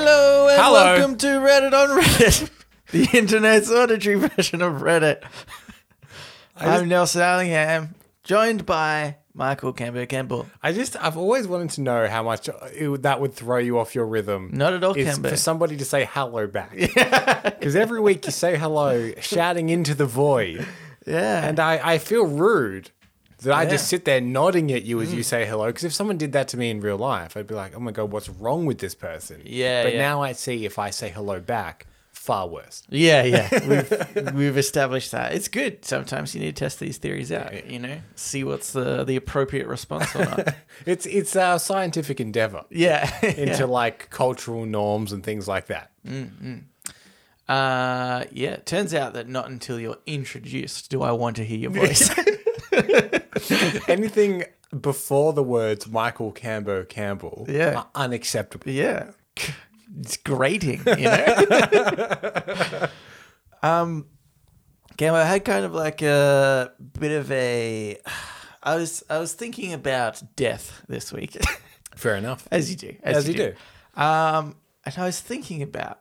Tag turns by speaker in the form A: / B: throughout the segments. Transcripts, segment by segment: A: and
B: Hello.
A: welcome to Reddit on Reddit, the internet's auditory version of Reddit. I'm Nelson Allingham, joined by Michael Campbell Campbell.
B: I just, I've always wanted to know how much it, would- that would throw you off your rhythm.
A: Not at all,
B: is
A: Cambo.
B: For somebody to say hello back. Because every week you say hello, shouting into the void.
A: Yeah,
B: And I, I feel rude that I
A: Yeah. Mm.
B: just sit there nodding at you as you say hello. Because if someone did that to me in real life, I'd be like, oh my God, what's wrong with this person?
A: Yeah,
B: But
A: yeah.
B: now I see if I say hello back, far worse.
A: yeah, yeah. We've, we've established that it's good. Sometimes you need to test these theories out. You know, see what's the the appropriate response or not.
B: It's, it's a scientific endeavor
A: yeah.
B: into
A: yeah.
B: like cultural norms and things like that.
A: Uh, yeah. It turns out that not until you're introduced do I want to hear your voice.
B: Anything before the words Michael Cambo Campbell
A: Yeah.
B: are unacceptable.
A: Yeah. It's grating, you know? um, Gamma, I had kind of like a bit of a. I was I was thinking about death this week,
B: Fair enough.
A: as you do,
B: As you do.
A: Um, and I was thinking about,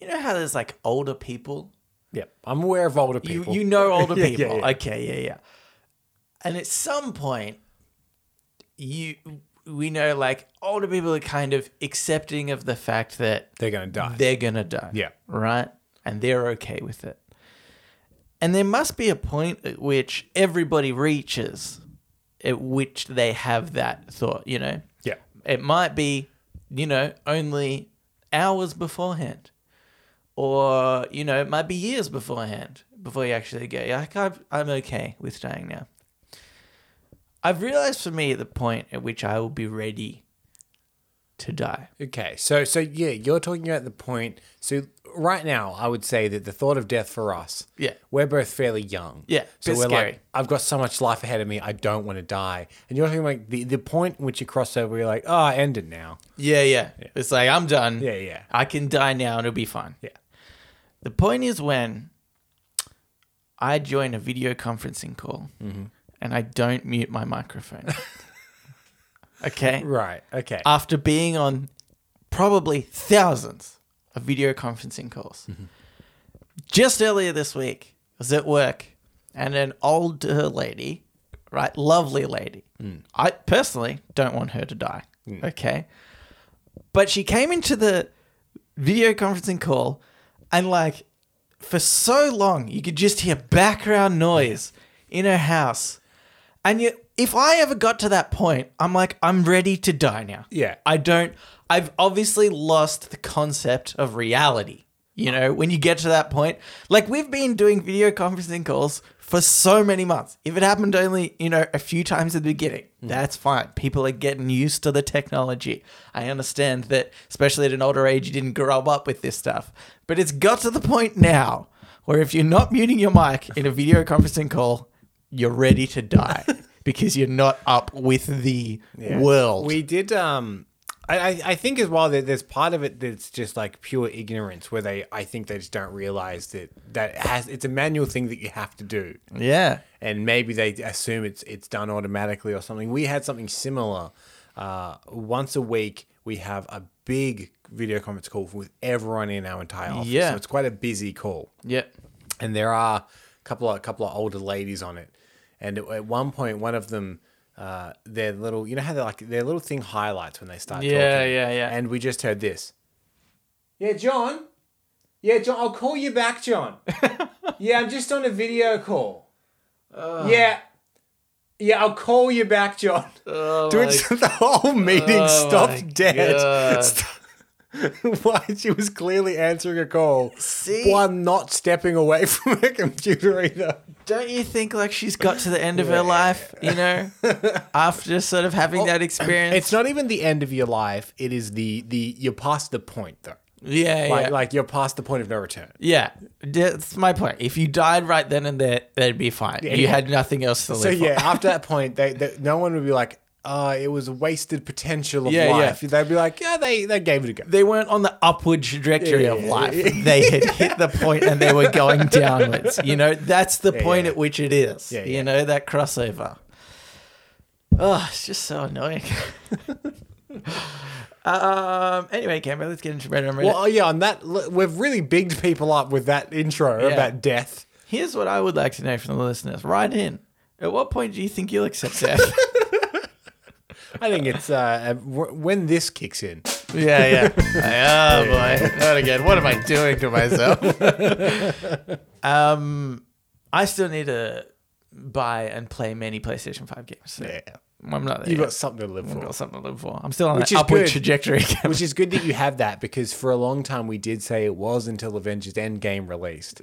A: you know how there's like older people
B: Yep. I'm aware of older
A: you,
B: people.
A: you know older
B: Yeah, yeah,
A: people.
B: yeah.
A: Okay, yeah, yeah. And at some point, you we know like older people are kind of accepting of the fact that
B: They're going to die.
A: they're gonna die.
B: Yeah.
A: Right? And they're okay with it. And there must be a point at which everybody reaches at which they have that thought, you know?
B: yeah.
A: It might be, you know, only hours beforehand, or you know, it might be years beforehand before you actually go. Yeah, like I've, I'm okay with dying now. I've realized for me the point at which I will be ready to die.
B: Okay. So so yeah, you're talking about the point. So right now, I would say that the thought of death for us.
A: Yeah.
B: We're both fairly young.
A: Yeah,
B: So
A: bit
B: we're
A: scary.
B: like, I've got so much life ahead of me. I don't want to die. And you're talking like the the point which you cross over. You're like, oh, I ended now.
A: Yeah, yeah. It's like I'm done.
B: Yeah, yeah.
A: I can die now and it'll be fine.
B: Yeah.
A: The point is when I join a video conferencing call
B: Mm-hmm.
A: and I don't mute my microphone. okay.
B: Right. Okay.
A: After being on probably thousands of video conferencing calls.
B: Mm-hmm.
A: Just earlier this week, I was at work and an older lady, right? Lovely lady.
B: Mm.
A: I personally don't want her to die. Okay. But she came into the video conferencing call and like for so long you could just hear background noise in her house. And you if I ever got to that point, I'm like, I'm ready to die now.
B: Yeah.
A: I don't I've obviously lost the concept of reality. You know, when you get to that point, like we've been doing video conferencing calls for so many months. If it happened only, you know, a few times at the beginning, that's fine. People are getting used to the technology. I understand that, especially at an older age, you didn't grow up with this stuff. But it's got to the point now where if you're not muting your mic in a video conferencing call, you're ready to die because you're not up with the world.
B: We did. Um, I, I- I think as well that there's part of it that's just like pure ignorance, where they I think they just don't realize that that it has it's a manual thing that you have to do,
A: yeah.
B: and maybe they assume it's it's done automatically or something. We had something similar. Uh, once a week, we have a big video conference call with everyone in our entire office.
A: Yeah.
B: so it's quite a busy call
A: Yep.
B: and there are a couple of a couple of older ladies on it. And at- at one point, one of them, uh, their little, you know how they like their little thing highlights when they start.
A: Yeah,
B: talking.
A: yeah, yeah.
B: And we just heard this. Yeah, John. Yeah, John. I'll call you back, John. yeah, I'm just on a video call. yeah. Yeah, I'll call you back, John. To which the whole meeting
A: Oh my
B: stopped dead.
A: God.
B: Why she was clearly answering a call
A: See?
B: while not stepping away from her computer either.
A: Don't you think like she's got to the end of her life, you know, after sort of having that experience?
B: Oh, It's not even the end of your life. It is the the you're past the point though.
A: yeah,
B: Like
A: yeah,
B: like you're past the point of no return.
A: yeah. That's my point. If you died right then and there, that'd be fine. you
B: yeah.
A: had nothing else to live
B: So
A: for.
B: yeah, after that point, they, they no one would be like, "Ah, it was a wasted potential of
A: Yeah, yeah.
B: life." They'd be like, "Yeah, they they gave it a go."
A: They weren't on the upward trajectory
B: Yeah,
A: of
B: yeah,
A: life.
B: yeah.
A: They had hit the point and they were going downwards. You know, that's the point
B: yeah.
A: at which it is.
B: Yeah,
A: you
B: yeah.
A: know, that crossover. Oh, it's just so annoying. Um. Anyway, Camber, let's get into Red Room.
B: Well, yeah, on that, l- we've really bigged people up with that intro
A: Yeah.
B: about death.
A: Here's what I would like to know from the listeners. Write in. At what point do you think you'll accept death?
B: I think it's uh, uh, w- when this kicks in.
A: yeah, yeah. Like, oh boy, not again. What am I doing to myself? um, I still need to buy and play many PlayStation Five games. so
B: Yeah.
A: I'm not there.
B: You've
A: yet.
B: got something to live
A: I've
B: for.
A: got something to live for. I'm still on
B: Which
A: an
B: is
A: upward
B: good.
A: trajectory.
B: Which is good that you have that because for a long time we did say it was until Avengers Endgame released.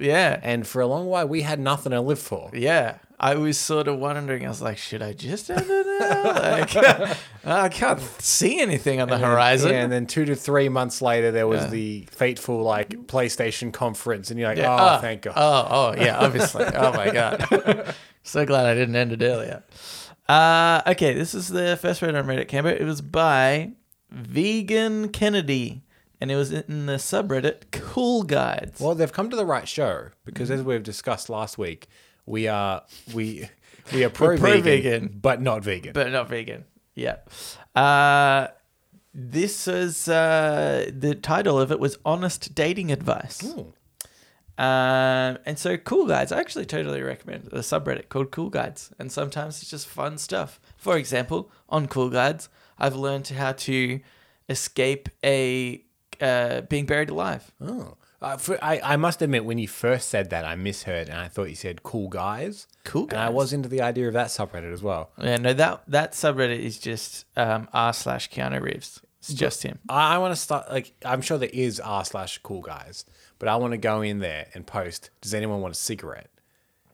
A: yeah,
B: And for a long while we had nothing to live for.
A: yeah. I was sort of wondering. I was like, should I just end it now? Like, I can't see anything on the horizon.
B: Yeah, and then two to three months later there was the fateful like PlayStation conference and you're like,
A: Yeah. Ah,
B: oh, thank God.
A: Oh, oh, yeah, obviously. oh my god. so glad I didn't end it earlier. Uh, okay, this is the first read I read at Canberra. It was by Vegan Kennedy, and it was in the subreddit Cool Guides.
B: Well, they've come to the right show because as we've discussed last week, we are we we are pro
A: pro-vegan.
B: vegan but not vegan.
A: But not vegan. Yeah. Uh, this is uh, the title of it was Honest Dating Advice.
B: Ooh.
A: Um, and so Cool Guides, I actually totally recommend the subreddit called Cool Guides. And sometimes it's just fun stuff. For example, on Cool Guides, I've learned how to escape a uh, being buried alive.
B: oh. Uh, for, I, I must admit, when you first said that, I misheard and I thought you said cool guys.
A: Cool
B: And I
A: Guys.
B: was into the idea of that subreddit as well.
A: Yeah, no, that that subreddit is just um, r slash Keanu Reeves. It's just him.
B: I, I want to start like I'm sure there is r slash cool guys, but I want to go in there and post. Does anyone want a cigarette?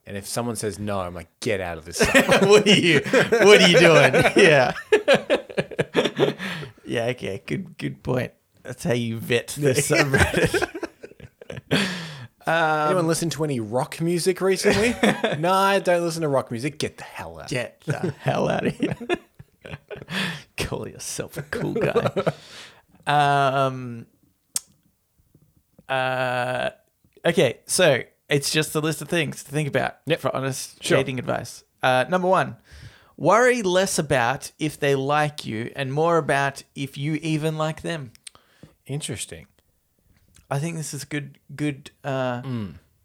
B: And if someone says no, I'm like, get out of this. site."
A: what are you what are you doing yeah yeah okay good good point that's how you vet the subreddit
B: anyone listen to any rock music recently? no, I don't listen to rock music. Get the hell out.
A: get the hell out of here call yourself a cool guy um uh okay so it's just a list of things to think about
B: Yep.
A: for honest
B: Sure.
A: dating advice uh number one worry less about if they like you and more about if you even like them
B: Interesting.
A: I think this is good good uh,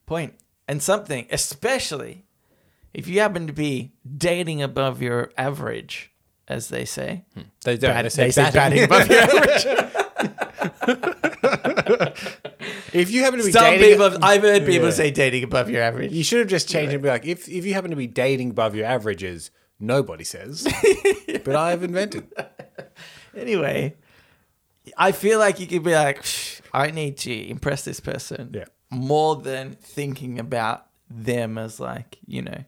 A: point. And something, especially if you happen to be dating above your average, as they say.
B: They don't.
A: Bat-
B: they say
A: they say
B: batting.
A: batting above your
B: if you happen to be
A: Some
B: dating,
A: people, I've heard people
B: Yeah.
A: say dating above your average.
B: you should have just changed it and be like, if if you happen to be dating above your averages, nobody says. But I've invented.
A: Anyway, I feel like you could be like, "Psh, I need to impress this person
B: Yeah.
A: more than thinking about them as like you know.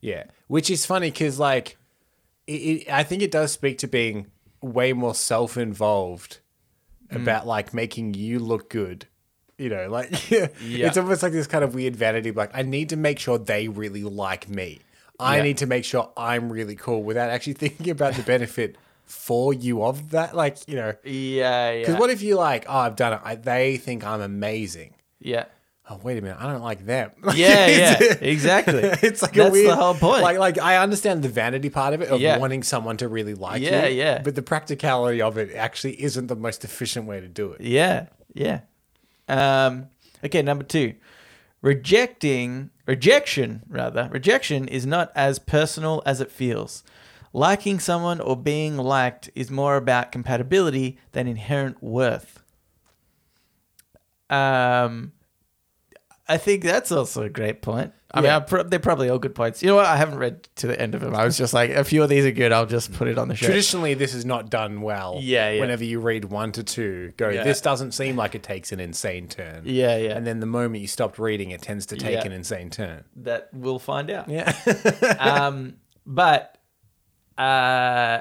B: Yeah, which is funny because like, it, it, I think it does speak to being way more self-involved about like making you look good. You know, like yeah, it's almost like this kind of weird vanity. Like, I need to make sure they really like me. I
A: Yeah.
B: need to make sure I'm really cool without actually thinking about the benefit for you of that. Like, you know,
A: Yeah,
B: because
A: yeah,
B: what if you like, oh, I've done it. I, they think I'm amazing.
A: yeah,
B: Oh, wait a minute, I don't like them.
A: yeah, yeah.
B: It's-
A: Exactly.
B: it's like
A: that's
B: a weird,
A: the whole point.
B: Like, like I understand the vanity part of it of
A: Yeah.
B: wanting someone to really like
A: Yeah,
B: you.
A: yeah.
B: But the practicality of it actually isn't the most efficient way to do it.
A: Yeah, yeah. Um, okay, number two, rejecting rejection rather rejection is not as personal as it feels. Liking someone or being liked is more about compatibility than inherent worth. Um, I think that's also a great point. I mean,
B: Yeah.
A: I pro- they're probably all good points. You know what? I haven't read to the end of them. I was just like, a few of these are good. I'll just put it on the show.
B: Traditionally, this is not done well.
A: Yeah, yeah.
B: Whenever you read one to two, go,
A: Yeah.
B: this doesn't seem like it takes an insane turn.
A: Yeah, yeah.
B: And then the moment you stopped reading, it tends to take
A: Yeah.
B: an insane turn.
A: that we'll find out.
B: Yeah.
A: um, but uh,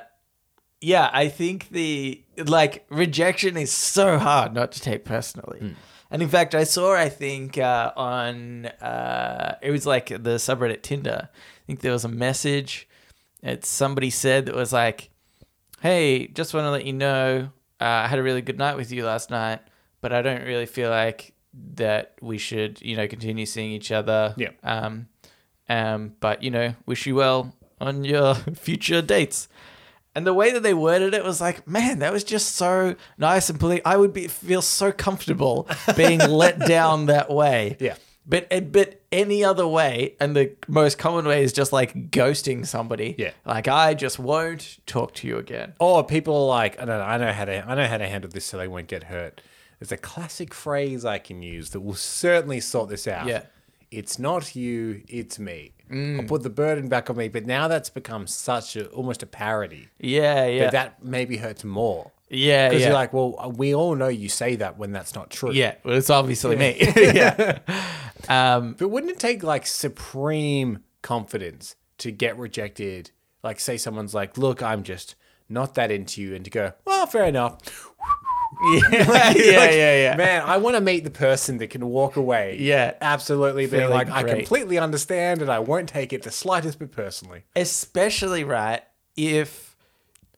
A: yeah, I think the like rejection is so hard not to take personally. And in fact, I saw I think uh, on uh, it was like the subreddit Tinder. I think there was a message that somebody said that was like, "Hey, just want to let you know uh, I had a really good night with you last night, but I don't really feel like that we should, you know, continue seeing each other."
B: Yeah.
A: Um, um, but you know, wish you well on your future dates. And the way that they worded it was like, man, that was just so nice and polite. I would be feel so comfortable being let down that way.
B: Yeah.
A: But and- but any other way, and the most common way is just like ghosting somebody.
B: Yeah.
A: Like I just won't talk to you again.
B: Or Oh, people are like, I don't know, I know how to I know how to handle this so they won't get hurt. There's a classic phrase I can use that will certainly sort this out.
A: Yeah. Mm.
B: It's not you, it's me. I'll put the burden back on me. But now that's become such a almost a parody.
A: Yeah, yeah.
B: That that maybe hurts more.
A: yeah,
B: Because
A: yeah.
B: you're like, well, uh, we all know you say that when that's not true.
A: yeah, well, it's obviously me. yeah. Um,
B: But wouldn't it take like supreme confidence to get rejected? Like, say someone's like, look, I'm just not that into you, and to go, well, fair enough.
A: yeah, yeah,
B: Like,
A: yeah, yeah.
B: Man, I want to meet the person that can walk away.
A: Yeah.
B: Absolutely. Being
A: Feeling
B: like, I
A: great.
B: completely understand and I won't take it the slightest bit personally.
A: Especially right if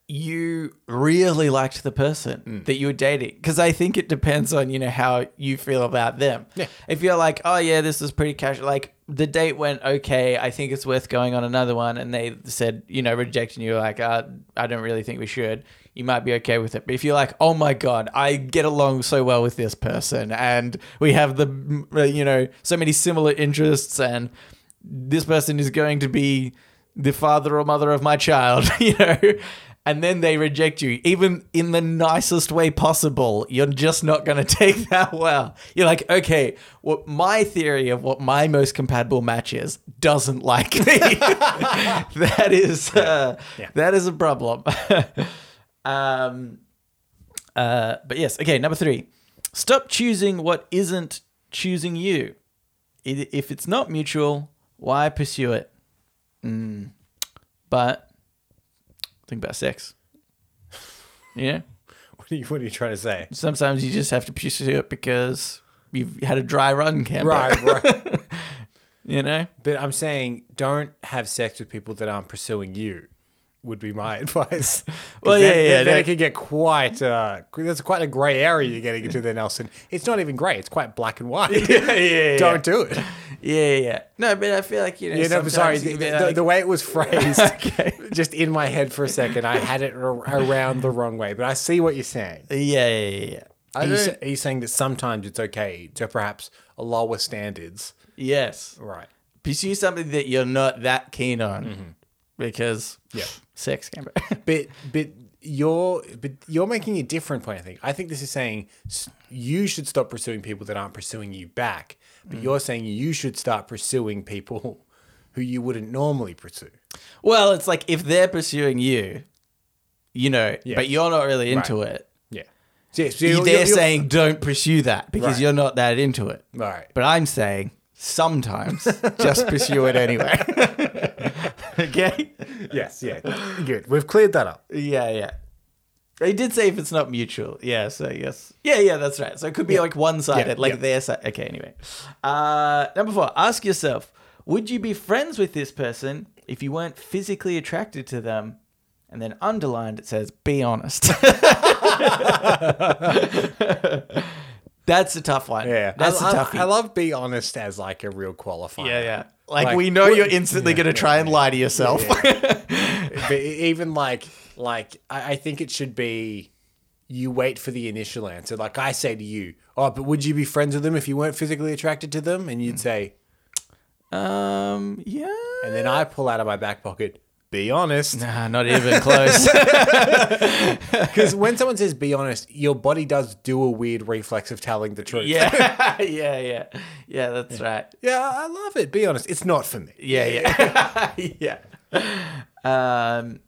A: you really liked the person that you were dating, because I think it depends on you know how you feel about them.
B: Yeah.
A: If you're like, oh yeah, this is pretty casual, like the date went okay, I think it's worth going on another one, and they said you know rejecting you like, uh, I don't really think we should. You might be okay with it, but if you're like, oh my god, I get along so well with this person, and we have the mm, uh, you know so many similar interests, and this person is going to be the father or mother of my child, you know, and then they reject you, even in the nicest way possible. You're just not going to take that well. You're like, okay, what my theory of what my most compatible match is doesn't like me. that is uh,
B: Yeah.
A: that is a problem. um, uh, but yes, okay, number three, stop choosing what isn't choosing you. I- If it's not mutual, why pursue it? But think about sex. You know,
B: What are you, what are you trying to say?
A: sometimes you just have to pursue it because you've had a dry run, Camper.
B: Right, right.
A: You know,
B: but I'm saying don't have sex with people that aren't pursuing you. Would be my advice. 'Cause
A: Well,
B: then-
A: yeah, yeah,
B: Then, then
A: that-
B: it can get quite. Uh, that's quite a grey area you're getting into there, Nelson. It's not even grey. It's quite black and white.
A: yeah, yeah.
B: Don't do it.
A: yeah, yeah. No, but I feel like you know.
B: Yeah, no,
A: sometimes
B: sorry.
A: you
B: The,
A: can
B: the-
A: be
B: the-
A: like-
B: the way it was phrased,
A: Okay.
B: just in my head for a second, I had it ar- around the wrong way. But I see what you're saying.
A: yeah, yeah, yeah, yeah.
B: Are you, sa- are you saying that sometimes it's okay to perhaps lower standards?
A: Yes,
B: Right.
A: pursue something that you're not that keen on because
B: Mm-hmm. Yeah.
A: sex, Camper.
B: But but you're but you're making a different point. I think. I think this is saying s- you should stop pursuing people that aren't pursuing you back. But you're saying you should start pursuing people who you wouldn't normally pursue.
A: well, it's like if they're pursuing you, you know,
B: Yeah.
A: but you're not really into it.
B: Yeah. So, yeah, so
A: They're
B: you're- you're- you're-
A: saying don't pursue that because
B: Right.
A: you're not that into it.
B: Right.
A: But I'm saying sometimes just pursue it anyway. okay?
B: Yes. Yeah. Good. We've cleared that up.
A: Yeah, yeah. They did say if it's not mutual. Yeah, so yes. Yeah, yeah, that's right. So it could be like one sided,
B: Yeah,
A: like
B: yeah.
A: their side. Okay, anyway. Uh, number four, ask yourself would you be friends with this person if you weren't physically attracted to them? And then underlined, it says, be honest. That's a tough one.
B: Yeah,
A: That's
B: I,
A: a
B: I-
A: toughie.
B: I love be honest as like a real qualifier.
A: Yeah, yeah. Like,
B: Like,
A: we know
B: what-
A: you're instantly going to try and lie to yourself.
B: But e- even like like I, I think it should be you wait for the initial answer. Like I say to you, oh, but would you be friends with them if you weren't physically attracted to them? And you'd say,
A: um, yeah.
B: and then I pull out of my back pocket, be honest.
A: Nah, not even close.
B: Because when someone says be honest, your body does do a weird reflex of telling the truth.
A: yeah, yeah, yeah, yeah. That's right.
B: Yeah, I love it. Be honest. It's not for me.
A: Yeah, yeah, yeah. Um,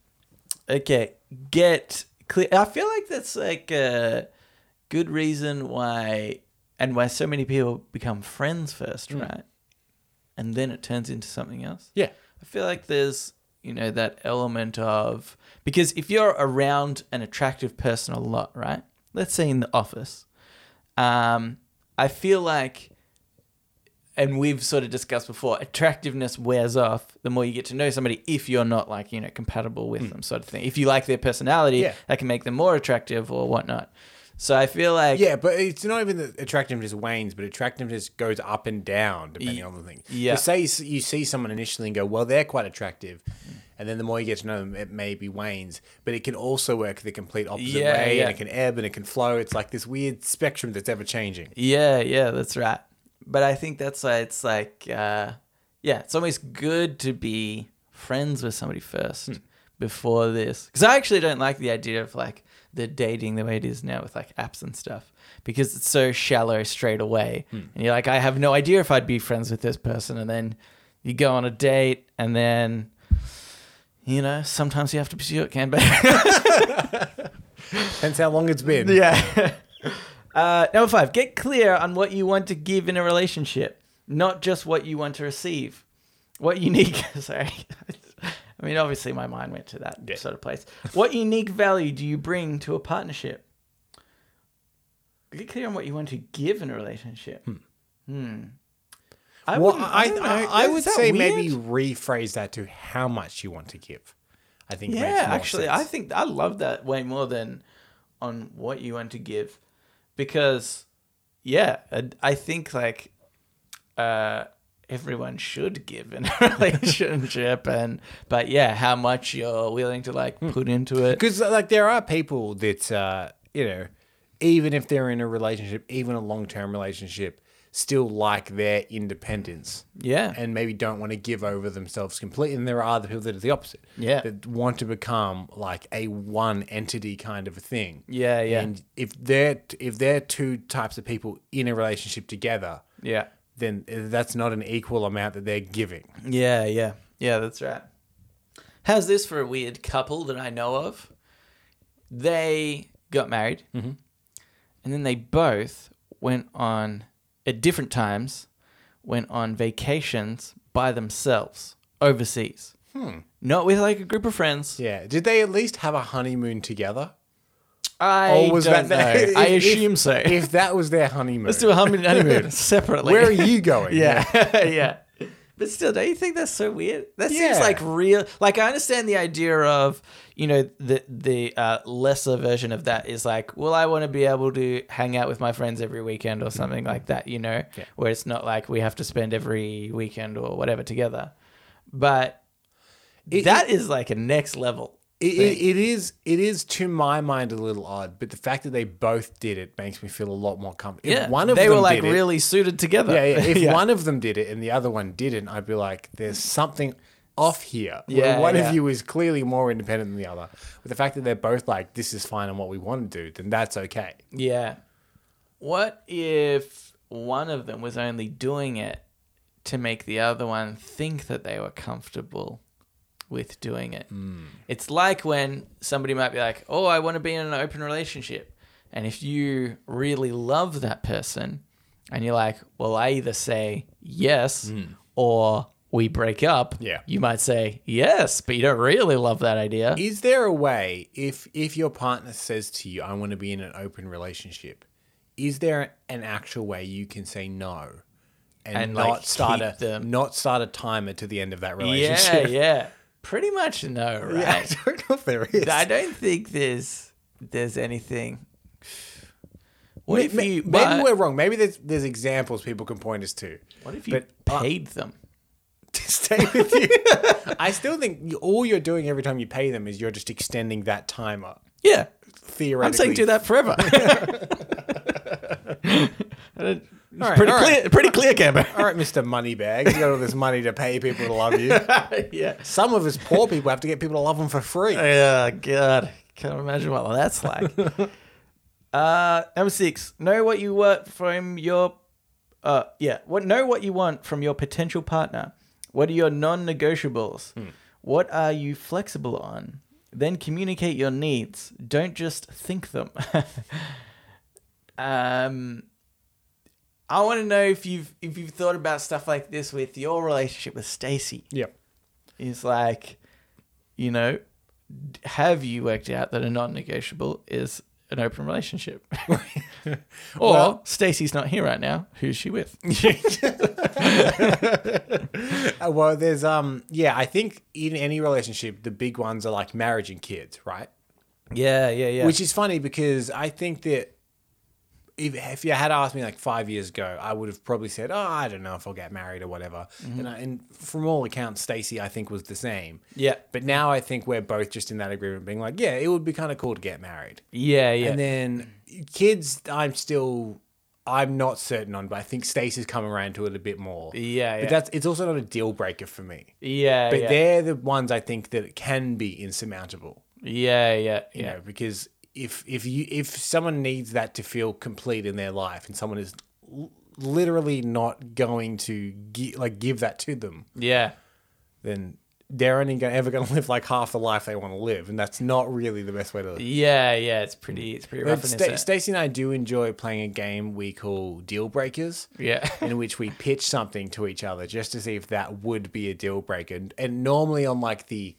A: okay, get clear. I feel like that's like a good reason why, and why so many people become friends first, right? And then it turns into something else.
B: Yeah.
A: I feel like there's, you know, that element of because if you're around an attractive person a lot, right? Let's say in the office, um, I feel like, and we've sort of discussed before, attractiveness wears off the more you get to know somebody if you're not like, you know, compatible with them, sort of thing. If you like their personality,
B: Yeah.
A: that can make them more attractive or whatnot. So I feel like,
B: Yeah, but it's not even that attractiveness wanes, but attractiveness goes up and down depending on the thing.
A: yeah.
B: So say you s- you see someone initially and go, well, they're quite attractive. and then the more you get to know them, it maybe wanes. But it can also work the complete opposite
A: Yeah,
B: way,
A: yeah.
B: and it can ebb and it can flow. It's like this weird spectrum that's ever changing.
A: Yeah, yeah, that's right. But I think that's why it's like, uh, yeah, it's always good to be friends with somebody first before this. Because I actually don't like the idea of like the dating the way it is now with like apps and stuff because it's so shallow straight away. And you're like, I have no idea if I'd be friends with this person. And then you go on a date and then. You know, sometimes you have to pursue it, can be.
B: Depends how long it's been.
A: Yeah. uh, number five, get clear on what you want to give in a relationship, not just what you want to receive. What unique, sorry. I mean, obviously, my mind went to that
B: Yeah.
A: sort of place. What unique value do you bring to a partnership? Get clear on what you want to give in a relationship. Hmm. I,
B: Well,
A: wouldn't-
B: I,
A: don't
B: I,
A: know.
B: I
A: Is
B: would
A: that
B: say
A: weird?
B: maybe rephrase that to how much you want to give. I think. it makes
A: Yeah,
B: more
A: actually,
B: sense.
A: I think I love that way more than on what you want to give, because yeah, I, I think like uh, everyone should give in a relationship, and but yeah, how much you're willing to like
B: Hmm.
A: put into it.
B: Because uh, like there are people that uh, you know, even if they're in a relationship, even a long term relationship, still like their independence
A: Yeah,
B: and maybe don't want to give over themselves completely. And there are other people that are the opposite.
A: Yeah.
B: That want to become like a one entity kind of a thing.
A: yeah, yeah,
B: And if they're if they're two types of people in a relationship together,
A: yeah,
B: then eh, that's not an equal amount that they're giving.
A: yeah, yeah, yeah. That's right. How's this for a weird couple that I know of? They got married.
B: Mm-hmm.
A: and then they both went on at different times went on vacations by themselves overseas not with like a group of friends
B: Hmm. Yeah. Did they at least have a honeymoon together? Oh,
A: i don't know i
B: if- if-
A: assume so
B: If that was their honeymoon,
A: let's do a honeymoon, honeymoon separately
B: Where are you going?
A: yeah yeah but still don't you think that's so weird that seems
B: Yeah.
A: like real like i understand the idea of you know the the uh, lesser version of that is like well i want to be able to hang out with my friends every weekend or something like that you know where it's not like we have to spend every weekend or whatever together but that is
B: It-
A: like a next level
B: It, it, it is. It is to my mind a little odd, but the fact that they both did it makes me feel a lot more comfortable.
A: yeah
B: If one of
A: they
B: them
A: were like
B: did it-
A: really suited together
B: yeah, yeah. If one of them did it and the other one didn't, I'd be like, "There's something off here."
A: Yeah,
B: where one
A: yeah.
B: of you is clearly more independent than the other. But the fact that they're both like, "This is fine and what we want to do," then that's okay.
A: Yeah. What if one of them was only doing it to make the other one think that they were comfortable with doing it?
B: Hmm.
A: It's like when somebody might be like, "Oh, I want to be in an open relationship." And if you really love that person and you're like, "Well, I either say yes or we break up."
B: Hmm. Yeah.
A: You might say yes, but you don't really love that idea.
B: Is there a way if if your partner says to you, "I want to be in an open relationship," is there an actual way you can say no and,
A: And,
B: not
A: like,
B: start
A: keep
B: a
A: them-
B: not start a timer to the end of that
A: Yeah,
B: relationship?
A: yeah. Pretty much no, right?
B: I don't know if there is.
A: I don't think there's there's anything. What
B: May-
A: if
B: may-
A: you
B: maybe
A: what,
B: we're wrong. Maybe there's there's examples people can point us to.
A: what if you
B: but I-
A: paid them?
B: to stay with you. I still think you, all you're doing every time you pay them is you're just extending that timer.
A: Yeah,
B: Theoretically,
A: I'm saying do that forever. I don't- it's
B: right,
A: pretty
B: all
A: clear,
B: right.
A: pretty clear, Camber.
B: All right, Mister Moneybag, you got all this money to pay people to love you.
A: yeah.
B: Some of us poor people have to get people to love them for free.
A: Yeah, God, can't imagine what that's like. uh, number six, know what you want from your, uh, yeah, what know what you want from your potential partner. What are your non-negotiables? What are you flexible on? Then communicate your needs. Don't just think them. um, I want to know if you've if you've thought about stuff like this with your relationship with Stacy
B: Yep.
A: is like, you know, d- have you worked out that a non-negotiable is an open relationship? or
B: Well-
A: Stacy's not here right now. Who's she with?
B: Uh, well, there's um, yeah. I think in any relationship, the big ones are like marriage and kids, right?
A: Yeah, yeah, yeah.
B: Which is funny because I think that if, if you had asked me like five years ago, I would have probably said, "Oh, I don't know if I'll get married or whatever."
A: Mm-hmm.
B: And, I, and from all accounts, Stacey, I think, was the same.
A: Yeah.
B: But now I think we're both just in that agreement, being like, "Yeah, it would be kind of cool to get married."
A: Yeah, yeah.
B: And then kids, I'm still, I'm not certain on, but I think Stacey's come around to it a bit more.
A: Yeah, yeah.
B: But that's it's also not a deal breaker for me.
A: yeah,
B: But
A: yeah.
B: they're the ones I think that can be insurmountable
A: yeah, yeah,
B: you
A: yeah,
B: know because if if you if someone needs that to feel complete in their life and someone is l- literally not going to gi- like give that to them
A: yeah.
B: then they're only gonna, ever going to live like half the life they want to live and that's not really the best way to live
A: Yeah, yeah, it's pretty, it's pretty rough.
B: But
A: in a
B: Sta-
A: sense.
B: Stacey and I do enjoy playing a game we call Deal Breakers,
A: yeah,
B: in which we pitch something to each other just to see if that would be a deal breaker. And, and normally, on like the,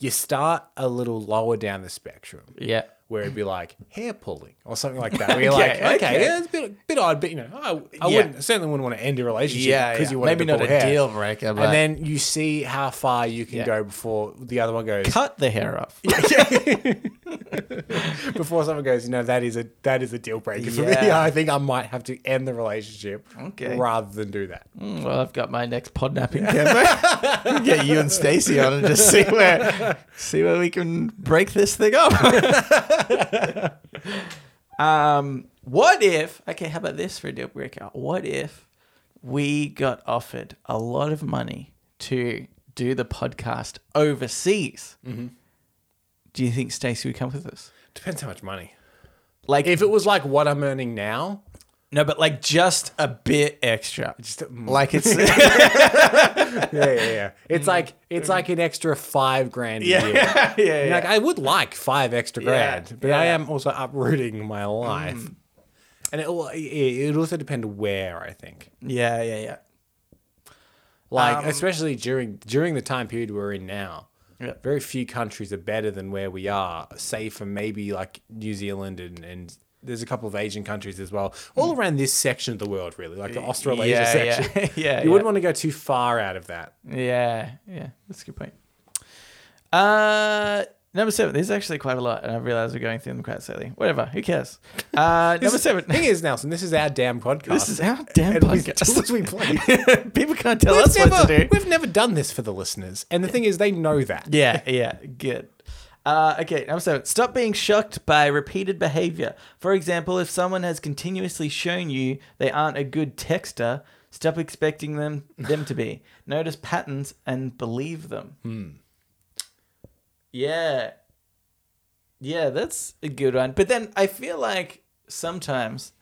B: you start a little lower down the spectrum
A: yeah,
B: where it'd be like hair pulling or something like that. Where you're like,
A: Okay,
B: okay,
A: okay.
B: yeah, it's a bit, bit odd, but you know, I, I
A: Yeah.
B: wouldn't certainly wouldn't want to end a relationship
A: yeah.
B: because
A: yeah.
B: you want
A: Maybe
B: to
A: not a
B: hair.
A: deal breaker, but
B: And then you see how far you can
A: Yeah.
B: go before the other one goes.
A: cut the hair off.
B: before someone goes, you know, that is a that is a deal breaker for me.
A: Yeah.
B: I think I might have to end the relationship
A: Okay.
B: rather than do that.
A: Mm, well, I've got my next podnapping campaign. Get you and Stacey on and just see where see where we can break this thing up. um, what if? Okay, how about this for a deal breaker? What if we got offered a lot of money to do the podcast overseas? Do you think Stacey would come with us?
B: Depends how much money.
A: Like,
B: If it was like what I'm earning now,
A: no, but like just a bit extra.
B: just mm,
A: Like it's Mm.
B: yeah, yeah, yeah. It's like it's like an extra five grand a year.
A: yeah, yeah.
B: You're Like I would like five extra
A: Yeah,
B: grand, but
A: yeah. Mm.
B: I am also uprooting my life, and it will. It it also depend where I think.
A: yeah, yeah, yeah.
B: Like
A: Um,
B: especially during during the time period we're in now,
A: Yeah.
B: very few countries are better than where we are, save for maybe like New Zealand and and. There's a couple of Asian countries as well, all around this section of the world, really, like the Australasia
A: Mm. yeah,
B: section.
A: yeah, yeah,
B: you wouldn't
A: yeah.
B: want to go too far out of that.
A: Yeah, yeah, that's a good point. Uh, number seven. There's actually quite a lot, and I realize we're going through them quite slowly. Whatever, who cares? Uh, number
B: This-
A: seven.
B: Thing is, Nelson, this is our damn podcast.
A: This is our damn
B: and we do
A: podcast.
B: what we please.
A: People can't tell us
B: We've
A: what
B: never,
A: to do.
B: we've never done this for the listeners. And the thing is, they know that.
A: Yeah, yeah, good. Uh, okay, number seven. Stop being shocked by repeated behavior. For example, if someone has continuously shown you they aren't a good texter, stop expecting them them to be. Notice patterns and believe them. Yeah. Yeah, that's a good one. But then I feel like sometimes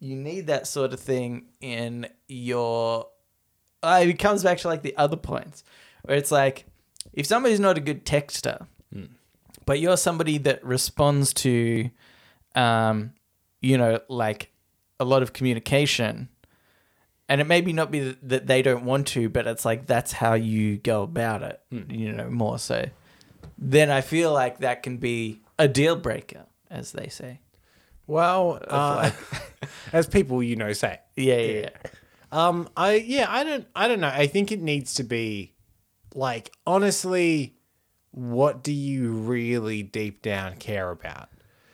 A: you need that sort of thing in your uh, it comes back to like the other points where it's like if somebody's not a good texter but you're somebody that responds to um you know like a lot of communication and it maybe not be th- that they don't want to but it's like that's how you go about it you know more so then i feel like that can be a deal breaker as they say
B: Well, uh, as people you know say.
A: yeah yeah yeah
B: Um, I yeah, I don't, I don't know. I think it needs to be, like, honestly, what do you really deep down care about?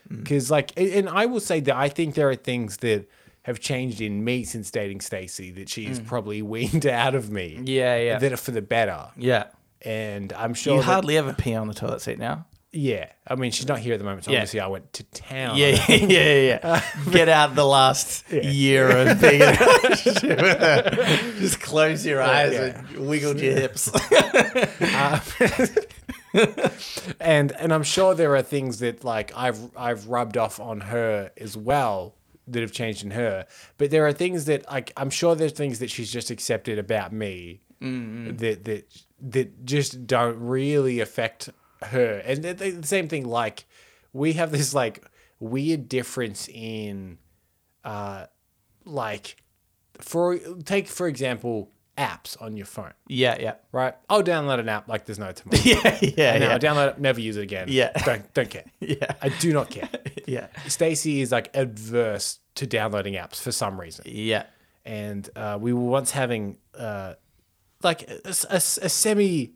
A: Hmm.
B: Because like, a- and I will say that I think there are things that have changed in me since dating Stacey that she has probably weaned out of me.
A: Hmm. yeah yeah,
B: That are for the better,
A: yeah.
B: and I'm sure
A: you
B: that-
A: hardly ever pee on the toilet seat now
B: Yeah, I mean, she's not here at the moment. So
A: Yeah.
B: Obviously, I went to town.
A: Yeah, yeah, yeah, yeah. Get out the last year of being in a relationship with her. Just close your eyes
B: Yeah.
A: and wiggle your hips.
B: and and I'm sure there are things that like I've I've rubbed off on her as well that have changed in her. But there are things that like I'm sure there's things that she's just accepted about me that that that just don't really affect her. And the, the same thing like we have this like weird difference in uh like for take for example apps on your phone
A: Yeah, yeah.
B: right i'll download an app like there's no tomorrow
A: Yeah, yeah,
B: and
A: yeah.
B: now I download it, never use it again.
A: Yeah.
B: Don't don't care.
A: Yeah.
B: I do not care.
A: yeah.
B: Stacey is like adverse to downloading apps for some reason.
A: Yeah.
B: And uh, we were once having uh, like a, semi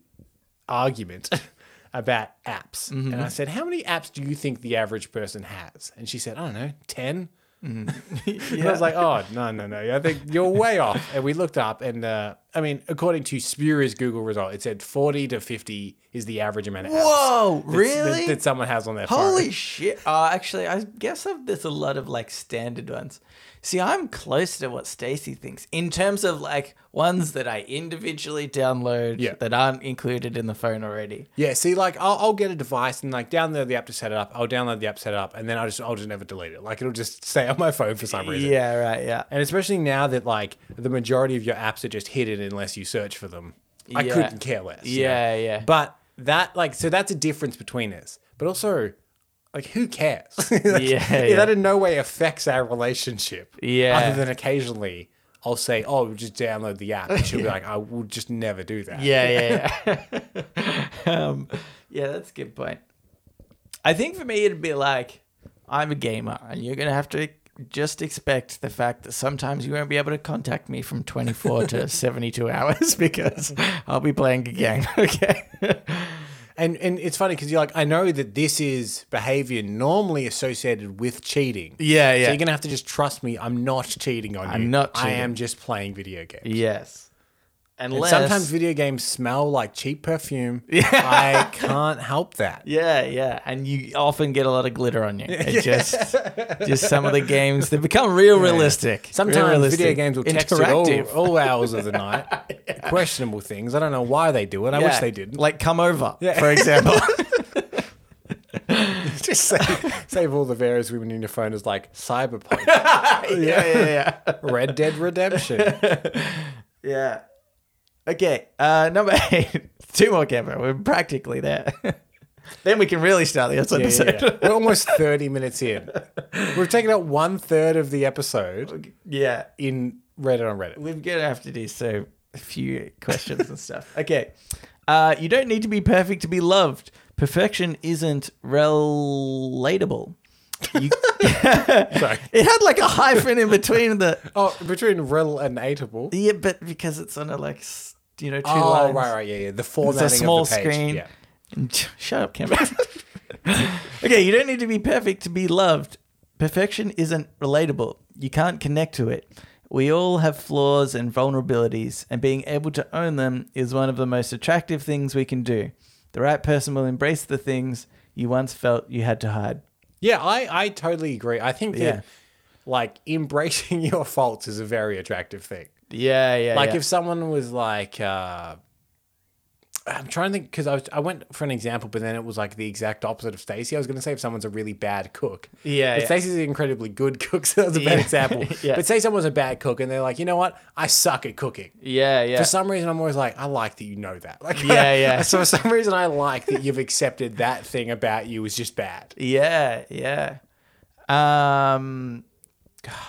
B: argument about
A: Mm-hmm.
B: apps. And I said, How many apps do you think the average person has? And she said, I don't know, 10.
A: Mm-hmm.
B: And I was like, oh, no, no, no. I think you're way off. And we looked up, and uh, I mean, according to Spurious Google result, it said 40 to 50 is the average amount of apps
A: Whoa,
B: that's-
A: really?
B: That, that someone has on their phone.
A: Holy shit. Uh, actually, I guess I've, there's a lot of like standard ones. See, I'm close to what Stacy thinks in terms of like ones that I individually download
B: Yeah.
A: that aren't included in the phone already.
B: Yeah, see, like I'll, I'll get a device and like download the app to set it up. I'll download the app, set it up, and then I'll just I'll just never delete it. Like it'll just stay on my phone for some reason.
A: Yeah, right, yeah.
B: And especially now that like the majority of your apps are just hidden unless you search for them. I
A: Yeah.
B: couldn't care less. you know?
A: Yeah, yeah.
B: But that like so that's a difference between us. But also, like who cares? Like,
A: Yeah, yeah.
B: That in no way affects our relationship.
A: Yeah.
B: Other than occasionally I'll say, Oh, we'll just download the app. And she'll be like, I will just never do that.
A: Yeah, yeah, yeah. um, yeah, that's a good point. I think for me, it'd be like I'm a gamer, and you're gonna have to just expect the fact that sometimes you won't be able to contact me from 24 to 72 hours because I'll be playing a game. Okay.
B: And and it's funny because you're like, I know that this is behavior normally associated with cheating.
A: Yeah, yeah.
B: So you're gonna have to just trust me. I'm not cheating on you.
A: I'm not
B: I
A: cheating.
B: am just playing video games.
A: yes.
B: And
A: Unless
B: sometimes video games smell like cheap perfume. Yeah. I can't help that.
A: Yeah, yeah, and you often get a lot of glitter on you. It just, just some of the games they become real realistic.
B: Sometimes video
A: realistic,
B: games will text at all,
A: interactive. "Oh,
B: all hours of the night. Questionable things. I don't know why they do it. I wish
A: Yeah,
B: they didn't.
A: Like come over, for example.
B: Just save, save all the various women in your phone as like cyberpunk,
A: yeah, yeah, yeah.
B: Red Dead Redemption.
A: Yeah. Okay, uh, number eight. Two more, Kevin. We're practically there. then we can really start the
B: Yeah,
A: episode.
B: yeah, yeah. We're almost 30 minutes in. We've taken up one third of the episode
A: Yeah. yeah,
B: in Reddit on Reddit.
A: we're gonna have to do so a few questions and stuff. Okay, uh, you don't need to be perfect to be loved. Perfection isn't relatable. You-
B: Sorry.
A: it had like a hyphen in between the
B: Oh, between rel and ateable.
A: yeah, but because it's on a like s- you know two
B: Oh,
A: lines.
B: right, right, yeah, yeah. The formatting
A: small
B: of the page.
A: screen.
B: Yeah.
A: Shut up, Cameron. okay, you don't need to be perfect to be loved. Perfection isn't relatable. You can't connect to it. We all have flaws and vulnerabilities, and being able to own them is one of the most attractive things we can do. The right person will embrace the things you once felt you had to hide.
B: Yeah, I, I totally agree. I think that
A: Yeah.
B: like embracing your faults is a very attractive thing.
A: Yeah, yeah.
B: Like if someone was like, uh, I'm trying to think because I, was- I went for an example, but then it was like the exact opposite of Stacey. I was going to say if someone's a really bad cook.
A: Yeah,
B: But
A: yeah.
B: Stacey's an incredibly good cook, so that was a bad
A: Yeah.
B: example.
A: Yeah.
B: But say someone's a bad cook and they're like, you know what? I suck at cooking.
A: yeah, yeah.
B: For some reason, I'm always like, I like that you know that. Like,
A: Yeah, yeah.
B: so for some reason, I like that you've accepted that thing about you is just bad.
A: Yeah, yeah. Um,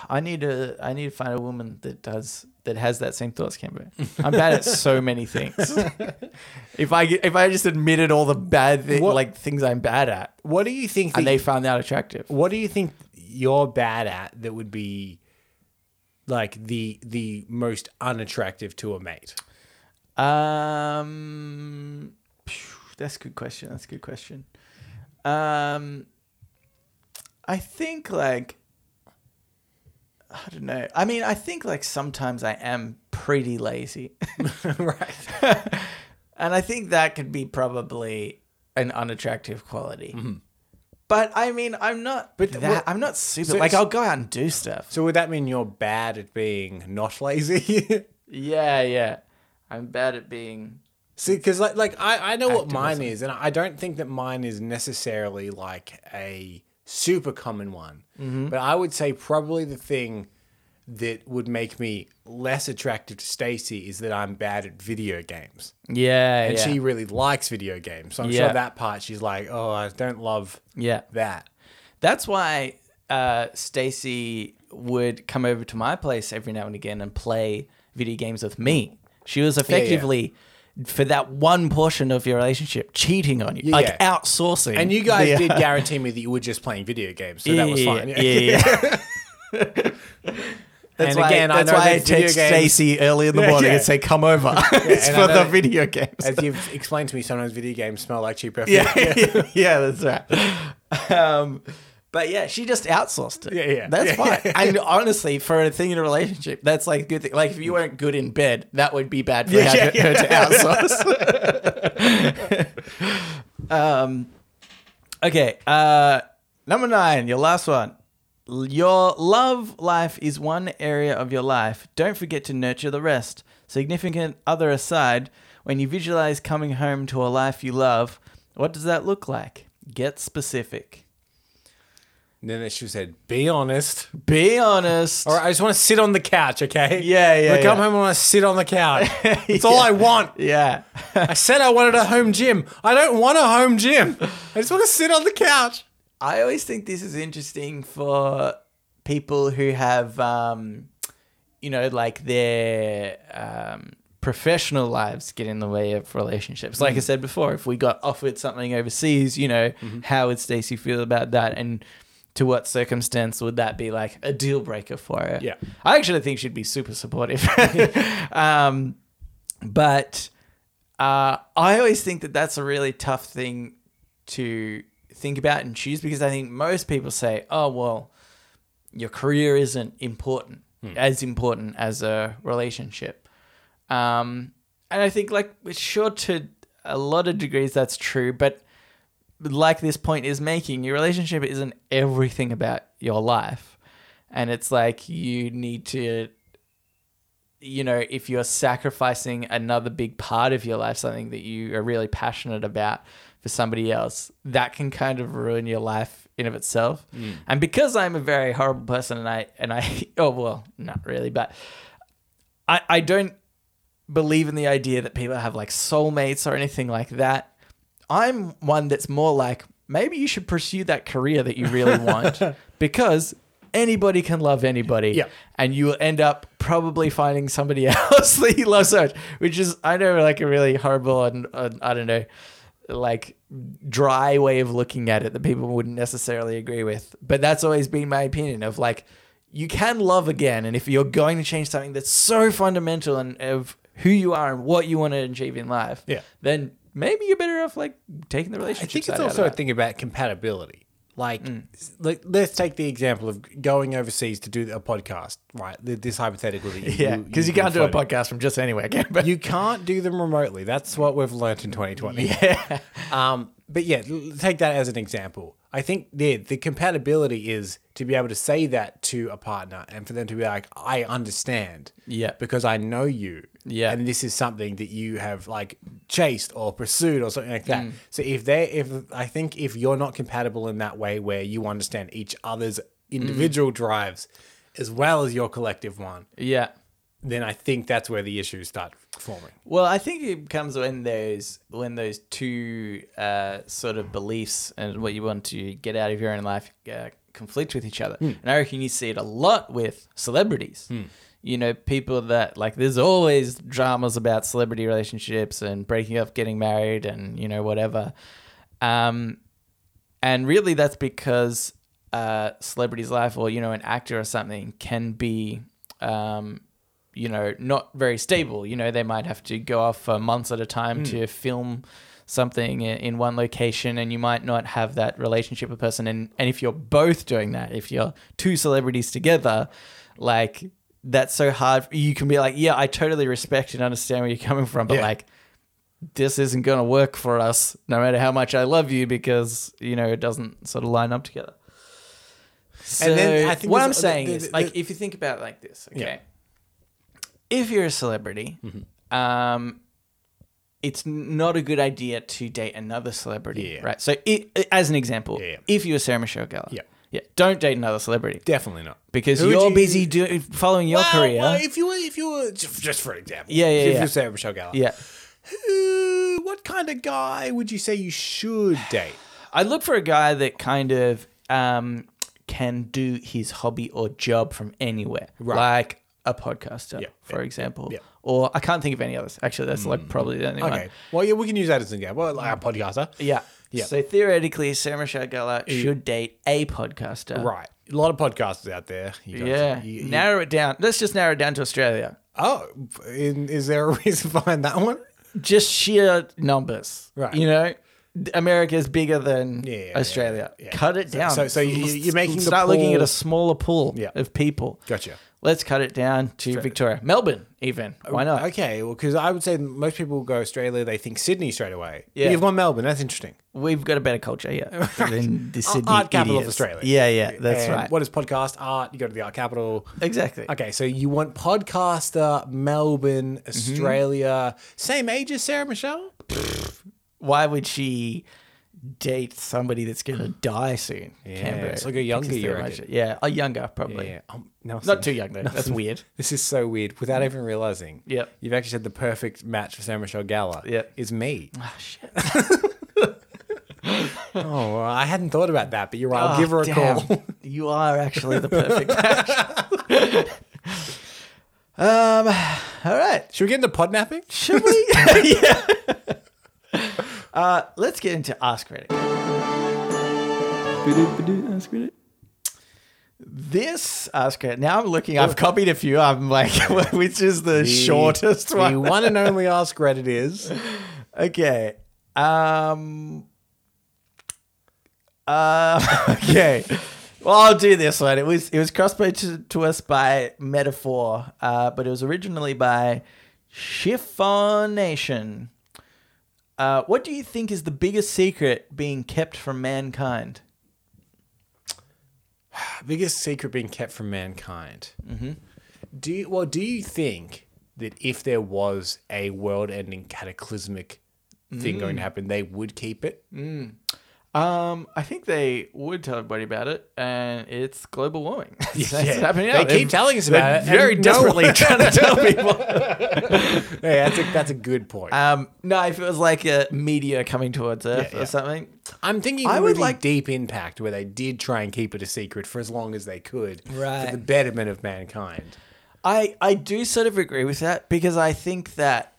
A: I need to I need to find a woman that does that has that same thoughts, Camber. I'm bad at so many things. if I if I just admitted all the bad thi-
B: What-
A: like things I'm bad at,
B: What do you think? That
A: and they found that attractive.
B: what do you think you're bad at that would be like the the most unattractive to a mate?
A: Um, phew, that's a good question. That's a good question. Um, I think like I don't know. I mean, I think like sometimes I am pretty lazy,
B: right.
A: and I think that could be probably an unattractive quality. But I mean, I'm not. But
B: But
A: that,
B: what-
A: I'm not super.
B: so
A: like
B: it's-
A: I'll go out and do stuff.
B: So would that mean you're bad at being not lazy?
A: Yeah, yeah. I'm bad at being.
B: See, because like like I, I know what mine
A: Activism.
B: is, and I don't think that mine is necessarily like a super common one.
A: Mm-hmm.
B: But I would say probably the thing that would make me less attractive to Stacey is that I'm bad at video games.
A: Yeah,
B: and
A: yeah,
B: she really likes video games. So I'm
A: Yeah.
B: sure that part she's like, oh, I don't love
A: yeah.
B: that.
A: That's why uh, Stacy would come over to my place every now and again and play video games with me. She was effectively for that one portion of your relationship cheating on you,
B: Yeah,
A: like
B: yeah.
A: outsourcing.
B: And you guys
A: the-
B: did guarantee me that you were just playing video games, so
A: yeah,
B: that was fine.
A: Yeah, yeah. That's
B: And
A: why,
B: again, I
A: that's
B: know
A: why
B: that
A: I
B: video
A: text
B: games-
A: Stacy early in the
B: Yeah,
A: morning
B: yeah.
A: and say, "Come over." it's
B: and
A: for
B: I
A: the
B: know-
A: video games.
B: As you've explained to me, sometimes video games smell like cheap perfume.
A: yeah, yeah, that's right. Um, But yeah, she just outsourced it.
B: Yeah, yeah.
A: That's
B: Yeah,
A: fine.
B: yeah.
A: And honestly, for a thing in a relationship, that's like a good thing. Like if you weren't good in bed, that would be bad for
B: Yeah,
A: her,
B: yeah,
A: her to
B: yeah.
A: outsource. um, okay. Uh, number nine, your last one. Your love life is one area of your life. Don't forget to nurture the rest. Significant other aside, when you visualize coming home to a life you love, what does that look like? Get specific.
B: And then she said, "Be honest."
A: Be honest.
B: All right, I just want to sit on the couch, okay?
A: Yeah, yeah,
B: When I come
A: yeah.
B: home, I want to sit on the couch. That's all I want.
A: Yeah.
B: I said I wanted a home gym. I don't want a home gym. I just want to sit on the couch.
A: I always think this is interesting for people who have, um, you know, like their um, professional lives get in the way of relationships. Like I said before, if we got offered something overseas, you know, how would Stacey feel about that? And to what circumstance would that be like a deal breaker for her?
B: Yeah.
A: I actually think she'd be super supportive. um, but uh, I always think that that's a really tough thing to think about and choose because I think most people say, oh, well, your career isn't important, as important as a relationship. Um, and I think, like, sure, to a lot of degrees, that's true, but like this point is making, your relationship isn't everything about your life. And it's like you need to you know, if you're sacrificing another big part of your life, something that you are really passionate about for somebody else, that can kind of ruin your life in of itself. And because I'm a very horrible person and I and I oh well, not really, but I, I don't believe in the idea that people have like soulmates or anything like that. I'm one that's more like maybe you should pursue that career that you really want because anybody can love anybody
B: Yeah.
A: and you will end up probably finding somebody else that you love so much, which is I know like a really horrible and uh, I don't know like dry way of looking at it that people wouldn't necessarily agree with. But that's always been my opinion of like you can love again, and if you're going to change something that's so fundamental and of who you are and what you want to achieve in life,
B: Yeah.
A: then maybe you're better off like taking the
B: I
A: relationship.
B: think
A: side
B: it's
A: out of
B: also a
A: that.
B: thing about compatibility. Like, s- like, let's take the example of going overseas to do a podcast, right? Th- This hypothetical that you,
A: yeah, because you, can't do a
B: floated.
A: podcast from just anywhere. Can you?
B: You can't do them remotely. That's what we've learnt in 2020.
A: Yeah,
B: Um, but yeah, l- take that as an example. I think yeah, the compatibility is to be able to say that to a partner and for them to be like, I understand.
A: Yeah.
B: Because I know you.
A: Yeah.
B: And this is something that you have like chased or pursued or something like that.
A: Mm.
B: So if they if I think if you're not compatible in that way where you understand each other's
A: Mm.
B: individual drives as well as your collective one,
A: yeah.
B: then I think that's where the issues start forming.
A: Well, I think it comes when those when those two uh, sort of beliefs and what you want to get out of your own life uh, conflict with each other, and I reckon you see it a lot with celebrities. You know, people that like there's always dramas about celebrity relationships and breaking up, getting married, and you know whatever. Um, and really, that's because uh, celebrity's life, or you know, an actor or something, can be, um, you know, not very stable. You know, they might have to go off for months at a time to film something i- in one location, and you might not have that relationship with person. And and if you're both doing that, if you're two celebrities together, like that's so hard. You can be like, yeah, I totally respect and understand where you're coming from, but
B: Yeah.
A: like this isn't going to work for us no matter how much I love you because, you know, it doesn't sort of line up together. So
B: And then I think
A: what
B: there's-
A: I'm saying
B: the-
A: is,
B: the-
A: like,
B: the-
A: if you think about it like this, okay,
B: Yeah.
A: if you're a celebrity,
B: Mm-hmm.
A: um, it's n- not a good idea to date another celebrity,
B: Yeah.
A: right? So, i i- as an example,
B: Yeah, yeah.
A: if you're Sarah Michelle Gellar,
B: Yeah.
A: yeah, don't date another celebrity
B: Definitely not.
A: because
B: Who would
A: you're
B: you-
A: busy do- following your
B: Well,
A: career.
B: well, if you were, if you were, just, just for example,
A: Yeah, yeah,
B: if
A: yeah.
B: you say Michelle Gellar,
A: yeah,
B: who, what kind of guy would you say you should date?
A: I look for a guy that kind of um, can do his hobby or job from anywhere, like a podcaster,
B: Yeah,
A: for example.
B: yeah. Mm.
A: Or I can't think of any others. Actually, that's like probably the only
B: Okay,
A: one.
B: well, yeah, we can use that as an example, well, like a podcaster,
A: Yeah.
B: Yeah.
A: So theoretically, Sarah Michelle Gellar should date a podcaster.
B: right? A lot of podcasters out there. You guys-
A: Yeah.
B: you- you-
A: narrow it down. Let's just narrow it down to Australia.
B: oh, in, is there a reason behind that one?
A: Just sheer numbers.
B: Right.
A: You know, America is bigger than
B: Yeah, yeah,
A: Australia.
B: yeah, yeah.
A: Cut it
B: So-
A: down.
B: so- so you-
A: Let's-
B: you're making the
A: start looking at
B: pool-
A: a smaller pool
B: Yeah.
A: of people.
B: Gotcha. Oh,
A: Let's cut it down to Victoria, Melbourne, even. Why not?
B: Okay, well, because I would say most people go Australia, they think Sydney straight away. But
A: Yeah.
B: You've gone Melbourne. That's interesting.
A: We've got a better culture here than the Sydney
B: art capital of
A: idiots.
B: Australia.
A: Yeah, yeah, that's
B: And
A: right.
B: What is podcast art? You go to the art capital.
A: exactly.
B: Okay, so you want podcaster Melbourne, Australia, same age as Sarah Michelle?
A: Why would she date somebody that's going to die soon? Canberra?
B: it's like a younger,
A: Because
B: you
A: they're
B: reckon?
A: much- Yeah, a younger probably.
B: Yeah. Um, Nelson,
A: Not too young though. That's
B: Nelson,
A: weird.
B: This is so weird. Without even realizing,
A: Yep.
B: you've actually said the perfect match for Sarah Michelle Gellar.
A: Yep.
B: is me.
A: Oh, shit.
B: oh, well, I hadn't thought about that, but you're right. I'll
A: Oh,
B: give her a
A: damn.
B: call.
A: you are actually the perfect match. um, all right.
B: Should we get into pod napping?
A: Should we? yeah. Uh, let's get into Ask Reddit. Ask Reddit. This Ask Reddit. Now I'm looking. I've copied a few. I'm like, which is the, shortest
B: The
A: one?
B: one and only Ask Reddit is.
A: Okay. Um. Uh, okay. Well, I'll do this one. It was it was crossbred to, to us by metaphor, uh, but it was originally by chiffonation. Uh, what do you think is the biggest secret being kept from mankind?
B: biggest secret being kept from mankind. Mm-hmm. Do you, well? Do you think that if there was a world-ending cataclysmic thing
A: Mm.
B: going to happen, they would keep it?
A: Um, I think they would tell everybody about it, and it's global warming.
B: Yeah. They keep telling us about it,
A: Very
B: and no
A: desperately trying to tell people.
B: Yeah, that's a, that's a good point.
A: Um, no, if it was like a meteor coming towards Earth
B: yeah.
A: or something.
B: I'm thinking
A: I
B: I
A: would
B: would really
A: like-
B: deep impact where they did try and keep it a secret for as long as they could
A: Right.
B: for the betterment of mankind.
A: I, I do sort of agree with that because I think that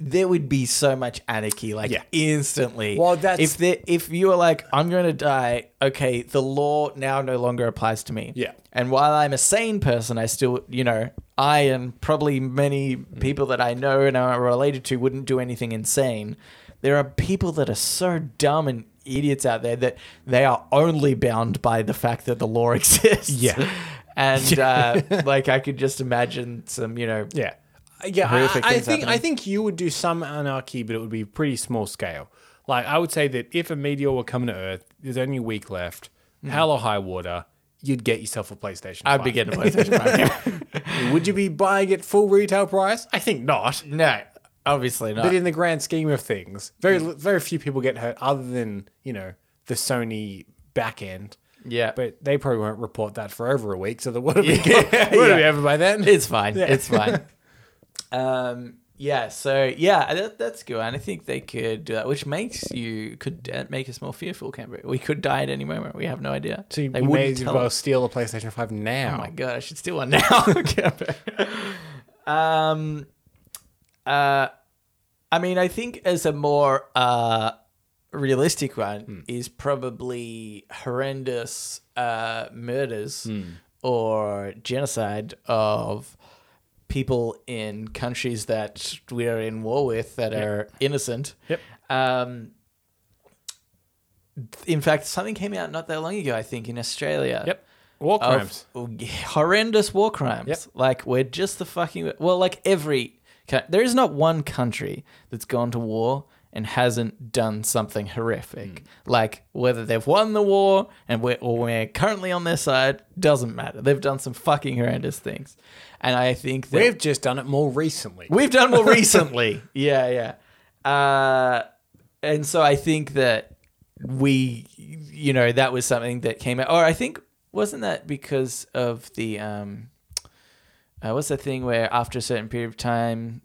A: there would be so much anarchy like
B: Yeah.
A: instantly.
B: Well, that's-
A: if there, if you were like, I'm going to die. Okay, the law now no longer applies to me.
B: Yeah.
A: And while I'm a sane person, I still, you know, I and probably many people that I know and are related to wouldn't do anything insane. There are people that are so dumb and idiots out there that they are only bound by the fact that the law exists.
B: Yeah.
A: And uh, like I could just imagine some, you know,
B: Yeah. Uh, Yeah, I,
A: Horrific
B: I
A: things
B: think I
A: happening.
B: think you would do some anarchy, but it would be pretty small scale. Like I would say that if a meteor were coming to Earth, there's only a week left, hell or high water, you'd get yourself a PlayStation.
A: Mm. I'd
B: 5.
A: be getting a PlayStation 5.
B: Would you be buying it full retail price? I think not.
A: no, obviously not.
B: But in the grand scheme of things, very
A: Mm.
B: very few people get hurt, other than you know the Sony back end.
A: yeah.
B: But they probably won't report that for over a week, so that would have been, would have
A: yeah.
B: been over by then.
A: It's fine. It's fine. um, yeah. So yeah, that, that's good. And I think they could do that, which makes you could uh, make us more fearful, Canberra. We could die at any moment. We have no idea.
B: so you
A: they
B: may
A: wouldn't
B: as
A: tell
B: well
A: us.
B: steal a PlayStation 5 now.
A: Oh my god, I should steal one now, Canberra. um, uh, I mean, I think as a more uh realistic one
B: Hmm.
A: is probably horrendous uh murders
B: Hmm.
A: or genocide of people in countries that we're in war with that are innocent.
B: Yep.
A: Um, in fact, something came out not that long ago, I think, in Australia.
B: Yep. War
A: of
B: crimes.
A: horrendous war crimes.
B: Yep.
A: Like we're just the fucking well, like every ca- there is not one country that's gone to war and hasn't done something horrific.
B: Hmm.
A: Like whether they've won the war and we're or we're currently on their side doesn't matter. They've done some fucking horrendous things, and I think that
B: We've just done it more recently.
A: We've done more recently. yeah, yeah. Uh, and so I think that we, you know, that was something that came out. Or I think wasn't that because of the um, uh, what's the thing where after a certain period of time,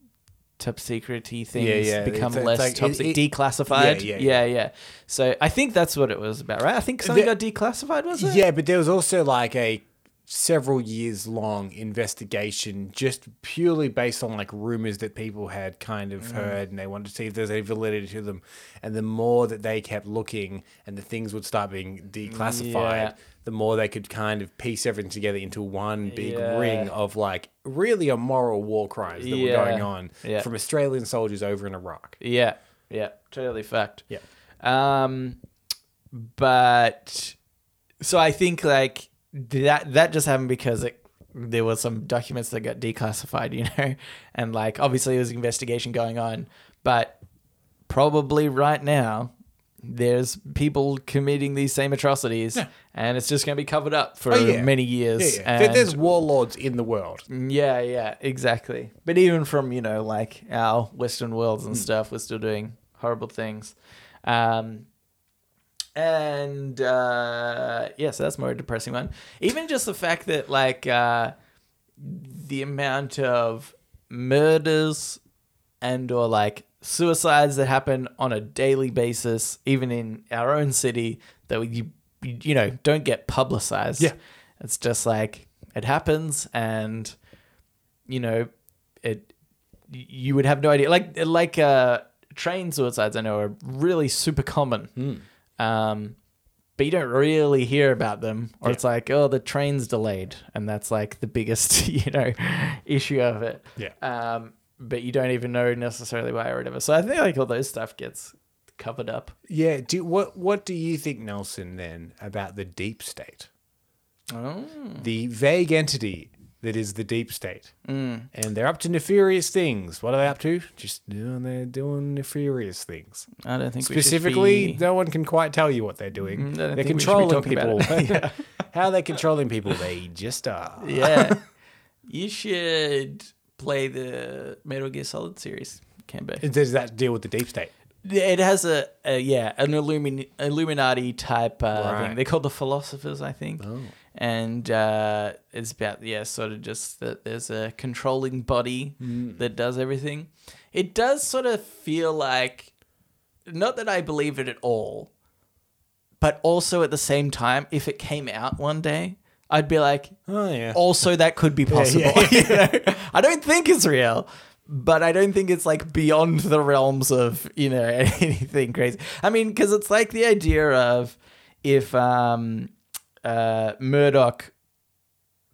A: top security things
B: yeah.
A: become
B: It's- it's
A: less
B: like-
A: top
B: it-
A: sec-
B: it-
A: declassified.
B: yeah,
A: yeah,
B: yeah,
A: yeah. So I think that's what it was about, right? I think something
B: The-
A: got declassified, was it?
B: Yeah, but there was also like a several years long investigation just purely based on like rumors that people had kind
A: Mm.
B: of heard and they wanted to see if there's any validity to them. And the more that they kept looking and the things would start being declassified,
A: Yeah.
B: the more they could kind of piece everything together into one big
A: Yeah.
B: ring of like really immoral war crimes that
A: Yeah.
B: were going on
A: Yeah.
B: from Australian soldiers over in Iraq.
A: Yeah, yeah, totally fucked.
B: Yeah.
A: Um, but so I think like that that just happened because it there was some documents that got declassified, you know, and like obviously there was an investigation going on, but probably right now there's people committing these same atrocities, and it's just going to be covered up for
B: Oh, yeah.
A: many years.
B: Yeah, yeah. There-
A: and-
B: There's warlords in the world.
A: yeah, yeah, exactly. But even from you know like our Western worlds and stuff, we're still doing horrible things. Um, and uh, yeah, so that's more a depressing one. Even just the fact that like uh, the amount of murders and or like suicides that happen on a daily basis, even in our own city, that we you, you know don't get publicized.
B: Yeah.
A: it's just like it happens, and you know it you would have no idea. Like like uh, train suicides, I know are really super common. Um, but you don't really hear about them, or it's like, oh, the train's delayed, and that's like the biggest, you know, issue of it.
B: Yeah.
A: Um, but you don't even know necessarily why or whatever. So I think like all those stuff gets covered up.
B: Yeah. Do what? What do you think, Nelson? Then about the deep state,
A: Oh,
B: the vague entity that is the deep state, mm. and they're up to nefarious things. What are they up to? Just doing they're doing nefarious things.
A: I don't think
B: Specifically,
A: We should be... Mm,
B: no one can quite tell you what they're doing.
A: I don't
B: They're
A: think we should be
B: controlling
A: talking
B: people.
A: about
B: How are they controlling people? They just are.
A: yeah, you should play the Metal Gear Solid series. Cambo.
B: Does that deal with the deep state?
A: It has a, a yeah, an Illumin- Illuminati type uh,
B: Right.
A: thing. They're called the philosophers, I think. And uh, it's about yeah, sort of just that there's a controlling body that does everything. It does sort of feel like, not that I believe it at all, but also at the same time, if it came out one day, I'd be like,
B: Oh yeah.
A: also that could be possible.
B: yeah,
A: you know? I don't think it's real, but I don't think it's like beyond the realms of you know anything crazy. I mean, because it's like the idea of if um, uh, Murdoch,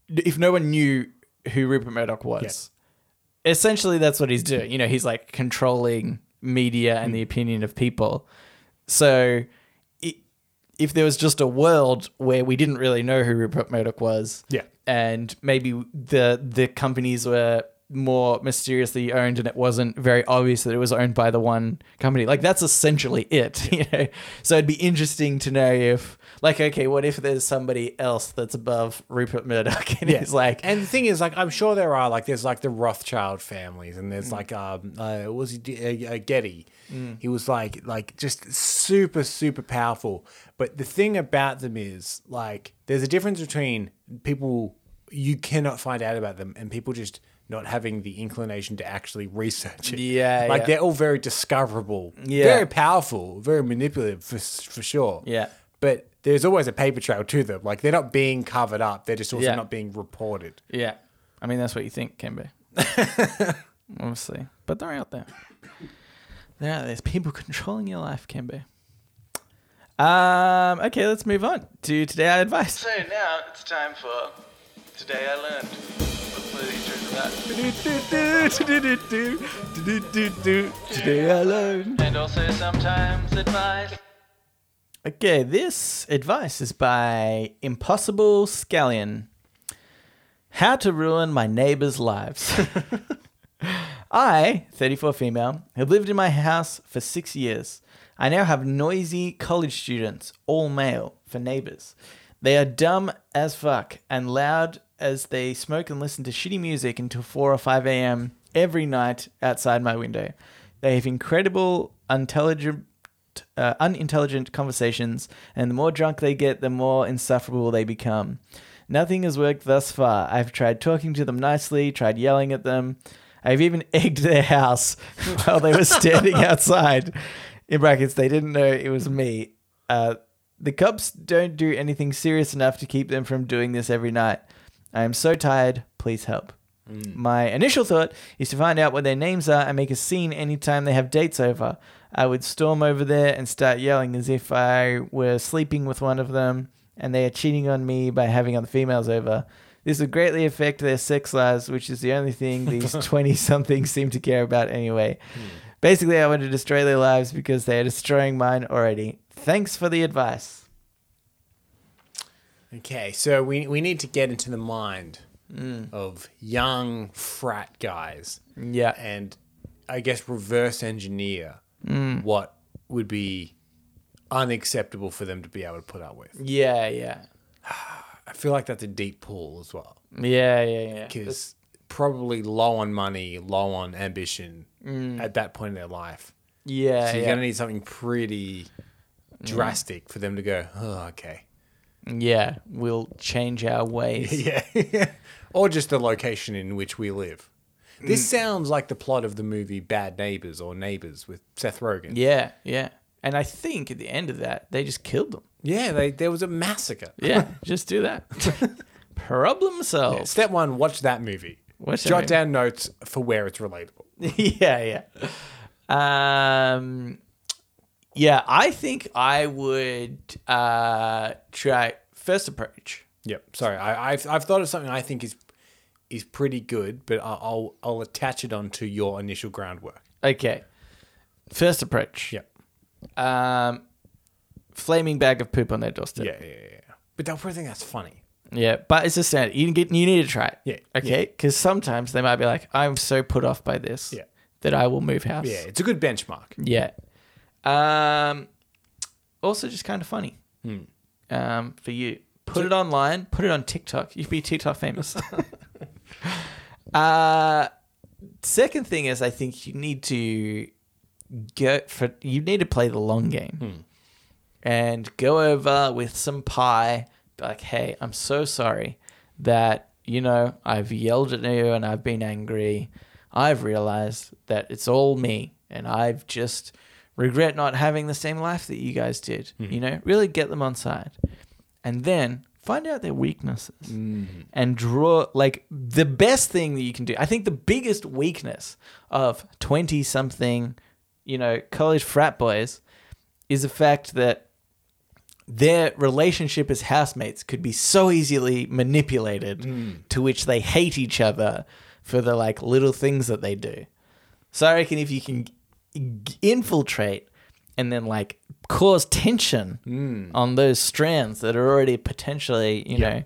A: if no one knew who Rupert Murdoch was, essentially that's what he's doing. You know, he's like controlling media and the
B: Mm.
A: opinion of people. So. i- If there was just a world where we didn't really know who Rupert Murdoch was,
B: Yeah.
A: and maybe the the companies were more mysteriously owned and it wasn't very obvious that it was owned by the one company like that's essentially it you know so it'd be interesting to know if like okay what if there's somebody else that's above rupert murdoch and he's like
B: and the thing is, like, I'm sure there are, like, there's like the Rothschild families, and
A: Mm.
B: there's like, um, uh, what was he uh, uh, Getty? He was like, like, just super, super powerful. But the thing about them is, like, there's a difference between people you cannot find out about them and people just not having the inclination to actually research it.
A: Yeah,
B: like
A: yeah.
B: they're all very discoverable,
A: Yeah.
B: very powerful, very manipulative for for sure.
A: Yeah.
B: but. There's always a paper trail to them. Like they're not being covered up. They're just also
A: Yeah.
B: not being reported.
A: yeah i mean that's what you think Kembe. obviously but they're out there they're out there. there's people controlling your life Kembe. um okay let's move on to today i advice
C: So now it's time for Today I Learned. What the teacher is about.
A: Today alone.
C: And also sometimes advice.
A: Okay, this advice is by Impossible Scallion. How to ruin my neighbors' lives. I, 34 female, have lived in my house for six years. I now have noisy college students, all male, for neighbors. They are dumb as fuck and loud as they smoke and listen to shitty music until 4 or 5 a.m. every night outside my window. They have incredible, intelligent, uh, unintelligent conversations, and the more drunk they get, the more insufferable they become. Nothing has worked thus far. I've tried talking to them nicely, tried yelling at them. I've even egged their house while they were standing outside. In brackets, they didn't know it was me. Uh, the cops don't do anything serious enough to keep them from doing this every night. I am so tired. Please help. My initial thought is to find out what their names are and make a scene anytime they have dates over. I would storm over there and start yelling as if I were sleeping with one of them and they are cheating on me by having other females over. This would greatly affect their sex lives, which is the only thing these 20 somethings seem to care about anyway. Basically, I want to destroy their lives because they are destroying mine already. Thanks for the advice.
B: Okay, so we, we need to get into the mind of young frat guys
A: Mm. Yeah.
B: and I guess reverse engineer
A: Mm.
B: what would be unacceptable for them to be able to put up with.
A: Yeah, yeah.
B: I feel like that's a deep pool as well
A: Yeah, yeah, yeah.
B: because probably low on money, low on ambition
A: Mm.
B: at that point in their life.
A: Yeah,
B: So you're
A: yeah.
B: going to need something pretty drastic for them to go, oh, okay.
A: yeah, we'll change our ways.
B: Yeah. or just the location in which we live. This
A: Mm.
B: sounds like the plot of the movie Bad Neighbors or Neighbors with Seth Rogen.
A: yeah, yeah. And I think at the end of that, they just killed them.
B: Yeah, they, there was a massacre.
A: Yeah, just do that. Problem solved.
B: Step one, watch that movie.
A: Watch that
B: Jot
A: movie.
B: down notes for where it's relatable.
A: yeah, yeah. Um, yeah, I think I would uh, try first approach.
B: Yep. Sorry, I, I've, I've thought of something I think is is pretty good, but I- I'll I'll attach it onto your initial groundwork.
A: Okay, first approach.
B: Yep.
A: Um, flaming bag of poop on their doorstep.
B: Yeah, yeah, yeah. yeah. But they'll probably think that's funny.
A: Yeah, but it's a standard. You get you need to try it.
B: Yeah,
A: Okay. Because sometimes they might be like, I'm so put off by this
B: Yeah.
A: that I will move house.
B: Yeah, it's a good benchmark.
A: Yeah. Um. Also, just kind of funny.
B: Hmm.
A: Um. For you, put it online. Put it on TikTok. You'd be TikTok famous. uh. Second thing is, I think you need to go for. You need to play the long game,
B: Hmm.
A: and go over with some pie. be Like, hey, I'm so sorry that you know I've yelled at you and I've been angry. I've realized that it's all me, and I've just regret not having the same life that you guys did. You know, really get them on side, and then find out their weaknesses and draw like the best thing that you can do. I think the biggest weakness of 20 something, you know, college frat boys is the fact that their relationship as housemates could be so easily manipulated
B: Mm.
A: to which they hate each other for the like little things that they do. So I reckon if you can g- infiltrate and then like cause tension
B: Mm.
A: on those strands that are already potentially, you know,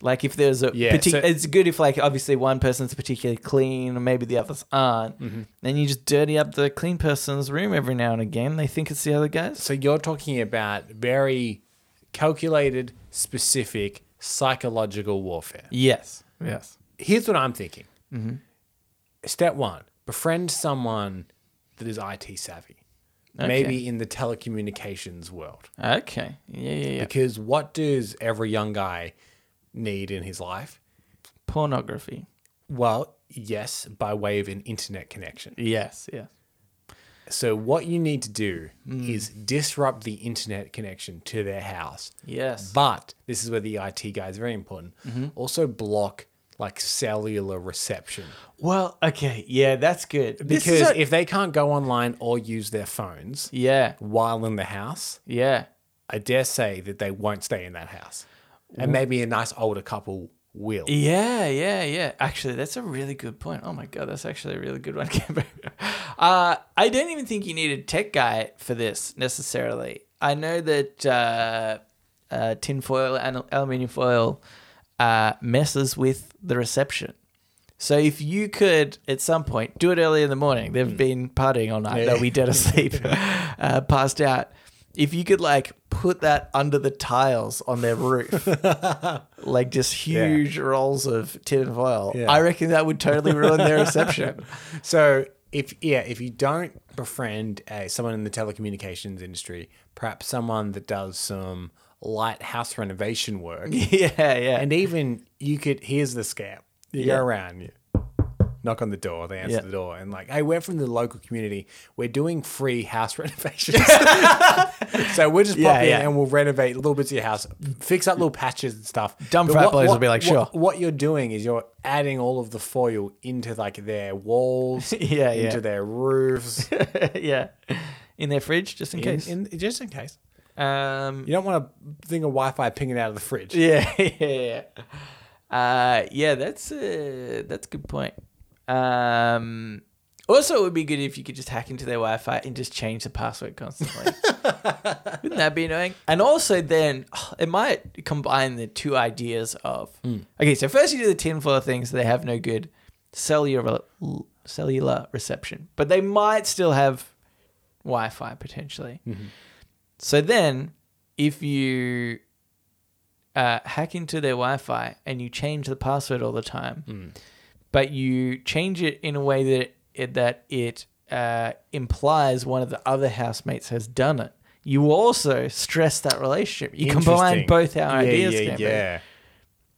A: like if there's a
B: Yeah,
A: partic-
B: so-
A: it's good if like obviously one person's particularly clean and maybe the others aren't.
B: Mm-hmm.
A: Then you just dirty up the clean person's room every now and again. They think it's the other guys.
B: So you're talking about very calculated, specific psychological warfare.
A: Yes. Yes.
B: Here's what I'm thinking. Step one: befriend someone that is IT savvy,
A: Okay.
B: maybe in the telecommunications world.
A: Okay. Yeah, yeah, yeah.
B: Because what does every young guy need in his life?
A: Pornography.
B: Well, yes, by way of an internet connection.
A: Yes, yes.
B: So what you need to do
A: Hmm.
B: is disrupt the internet connection to their house.
A: Yes. Mm-hmm.
B: But this is where the IT guy is very important. Also block like cellular reception
A: Well, okay. Yeah, that's good. This is
B: because
A: a-
B: if they can't go online or use their phones
A: yeah,
B: while in the house,
A: yeah.
B: I dare say that they won't stay in that house. And maybe a nice older couple will.
A: Yeah, yeah, yeah. Actually, that's a really good point. Oh my god, that's actually a really good one, Camber. Uh, I don't even think you need a tech guy for this necessarily. I know that uh, uh, tin foil and aluminium foil uh, messes with the reception. So if you could at some point do it early in the morning, they've been partying all night. They'll be dead asleep, uh, passed out. If you could like put that under the tiles on their roof, like just huge rolls of tin foil,
B: Yeah.
A: I reckon that would totally ruin their reception.
B: So if yeah, if you don't befriend uh, someone in the telecommunications industry, perhaps someone that does some light house renovation work,
A: yeah, yeah,
B: and even you could here's the scam. You
A: Yeah.
B: go around, you knock on the door, they answer
A: Yeah.
B: the door, and like, hey, we're from the local community. We're doing free house renovations, so we'll just pop
A: Yeah,
B: in
A: yeah.
B: and we'll renovate little bits of your house, fix up little patches and stuff.
A: Dumb
B: But
A: frat
B: what-
A: boys will
B: what-
A: be like,
B: what-
A: "Sure."
B: What you're doing is you're adding all of the foil into like their walls,
A: Yeah, yeah.
B: into their roofs,
A: yeah. In their fridge, just in,
B: in,
A: case.
B: in, just in case.
A: um,
B: You don't want a thing of Wi-Fi pinging out of the fridge.
A: Yeah, yeah, yeah. Uh, yeah, that's a that's a good point. Um, Also, it would be good if you could just hack into their Wi-Fi and just change the password constantly. Wouldn't that be annoying? And also, then oh, it might combine the two ideas of okay. So first, you do the tinfoil thing, so they have no good cellular cellular reception, but they might still have Wi-Fi potentially.
B: Mm-hmm.
A: So then, if you uh, hack into their Wi-Fi and you change the password all the time,
B: Mm.
A: but you change it in a way that it, that it uh, implies one of the other housemates has done it. You also stress that relationship. You combine
B: Interesting.
A: both our
B: Yeah,
A: ideas.
B: Yeah,
A: Cameron.
B: yeah.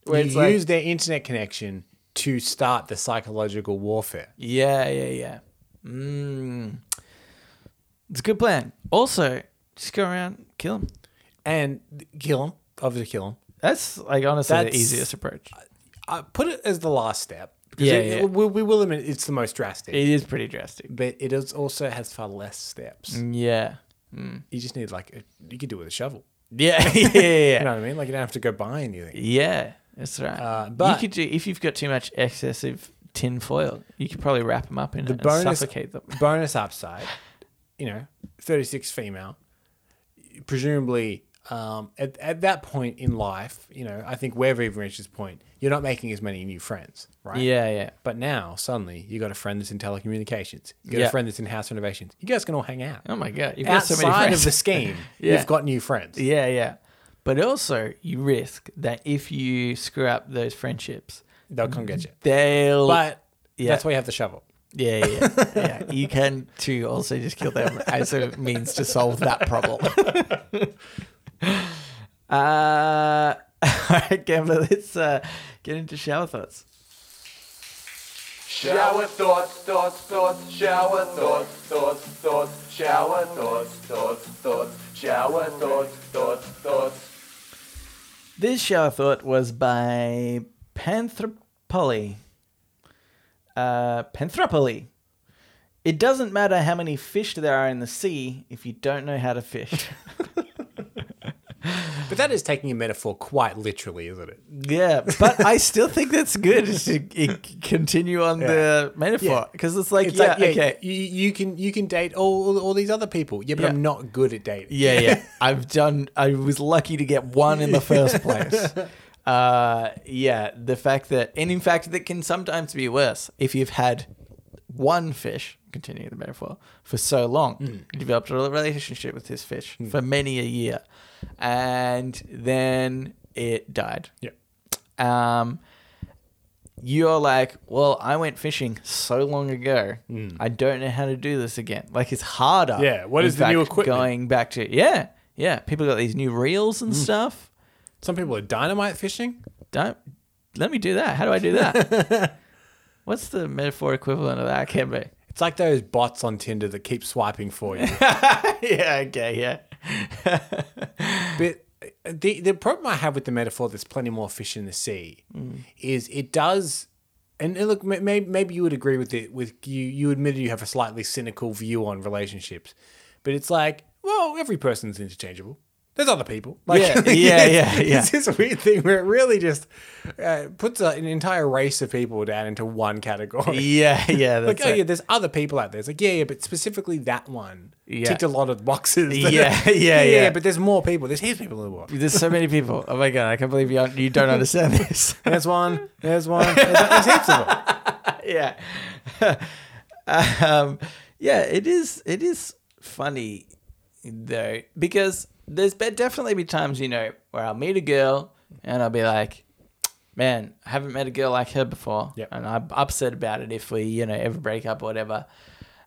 A: Where
B: you
A: it's like-
B: use their internet connection to start the psychological warfare.
A: Yeah, yeah, yeah. Mm. It's a good plan. Also, just go around, kill them.
B: and kill him. Obviously, kill him.
A: That's like honestly
B: That's- uh,
A: the easiest approach.
B: I put it as the last step. because
A: Yeah,
B: it-
A: yeah.
B: it- we, we will admit it's the most drastic,
A: It is pretty drastic.
B: but it is also has far less steps.
A: Yeah.
B: You just need like a, you could do it with a shovel.
A: Yeah, yeah, yeah.
B: You know what I mean? Like you don't have to go buy anything.
A: Yeah, that's right.
B: Uh, but-
A: you could do if you've got too much excessive tin foil, you could probably wrap them up in it and
B: bonus-
A: suffocate them.
B: Bonus upside, you know, thirty six female, presumably. Um, at, at that point in life, you know, I think wherever you've reached this point, you're not making as many new friends, right?
A: Yeah, yeah,
B: But now suddenly you got a friend that's in telecommunications. You got
A: Yeah.
B: a friend that's in house renovations. You guys can all hang out.
A: Oh my god, you've got so many
B: outside
A: friends.
B: of the scheme,
A: Yeah.
B: you've got new friends.
A: Yeah, yeah. But also, you risk that if you screw up those friendships,
B: They'll come get you.
A: they'll.
B: But
A: yeah.
B: that's why you have the shovel.
A: yeah, yeah, yeah. You can too. Also, just kill them as a means to solve that problem. uh, all right, Gambler. Let's uh, get into shower thoughts.
C: Shower thoughts, thoughts, thoughts, shower thoughts, thoughts, thoughts, shower thoughts, thoughts, thoughts, shower thoughts, thoughts, thoughts.
A: This shower thought was by Panthropoli. Uh, Panthropoli. It doesn't matter how many fish there are in the sea if you don't know how to fish.
B: But that is taking a metaphor quite literally, isn't it?
A: yeah, but I still think that's good to i- continue on the metaphor
B: Yeah.
A: because it's like,
B: It's
A: yeah,
B: like, yeah,
A: okay.
B: you, you can you can date all, all, all these other people. Yeah, but
A: Yeah.
B: I'm not good at dating.
A: Yeah, yeah. I've done. I was lucky to get one in the first place. Uh, yeah, the fact that, and in fact, that can sometimes be worse if you've had one fish. Continue the metaphor for so long, you developed a relationship with this fish for many a year, and then it died.
B: Yeah.
A: Um, you're like, well, I went fishing so long ago. I don't know how to do this again. Like it's harder.
B: Hmm. Yeah, what
A: in
B: is the new
A: fact,
B: equipment?
A: Going back to yeah, yeah. People got these new reels
B: Hmm.
A: and stuff.
B: Some people are dynamite fishing.
A: Don't let me do that. How do I do that? What's the metaphor equivalent of that? Can be.
B: It's like those bots on Tinder that keep swiping for you.
A: yeah. Okay. Yeah.
B: But the the problem I have with the metaphor, "there's plenty more fish in the sea," is it does. And uh, look, maybe maybe you would agree with it. With you, you admitted you have a slightly cynical view on relationships, but it's like, well, every person's interchangeable. There's other people. Like,
A: Yeah, yeah, yeah, yeah.
B: It's this weird thing where it really just uh, puts a, an entire race of people down into one category.
A: Yeah. Yeah. That's
B: Like, oh
A: it.
B: yeah, there's other people out there. It's like, yeah, yeah, but specifically that one
A: Yeah.
B: ticked a lot of boxes.
A: Yeah, yeah, yeah.
B: But there's more people. There's heaps of people in the world.
A: There's so many people. Oh my god! I can't believe you you don't understand this.
B: There's one. There's one. There's, there's heaps of them.
A: yeah. um, yeah, it is it is funny though because there's be- definitely be times, you know, where I'll meet a girl and I'll be like, "Man, I haven't met a girl like her before."
B: Yep.
A: And I'm upset about it if we, you know, ever break up or whatever.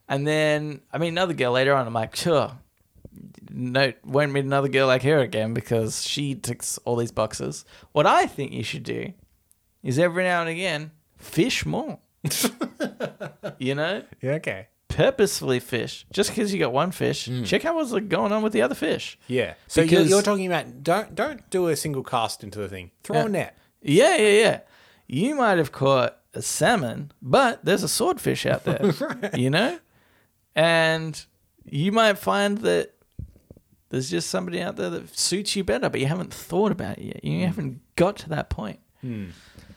A: And then I meet another girl later on, I'm like, "Sure, no, won't meet another girl like her again because she ticks all these boxes. What I think you should do is every now and again fish more. you know,
B: Yeah. Okay.
A: purposefully fish. Just because you got one fish, check out what's like, going on with the other fish.
B: Yeah. So you're,
A: Because-
B: you're talking about don't don't do a single cast into the thing. Throw
A: Yeah.
B: a net.
A: Yeah, yeah, yeah. You might have caught a salmon, but there's a swordfish out there. You know, and you might find that there's just somebody out there that suits you better, but you haven't thought about it yet. You haven't got to that point.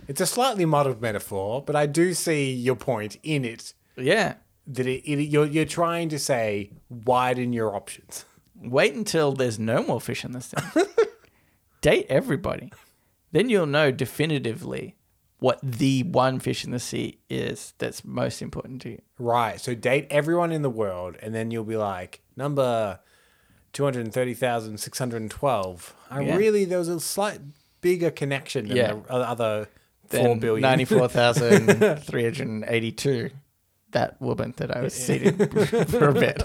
B: It's a slightly muddled metaphor, but I do see your point in it.
A: Yeah.
B: that it, it you're you're trying to say widen your options.
A: Wait until there's no more fish in this thing. Date everybody. Then you'll know definitively what the one fish in the sea is that's most important to you.
B: Right. So date everyone in the world, and then you'll be like number two hundred thirty thousand six hundred twelve. I
A: Yeah.
B: really there was a slight bigger connection than
A: Yeah.
B: the o- other four
A: Then
B: billion.
A: 94,382. That woman that I was seated for a bit.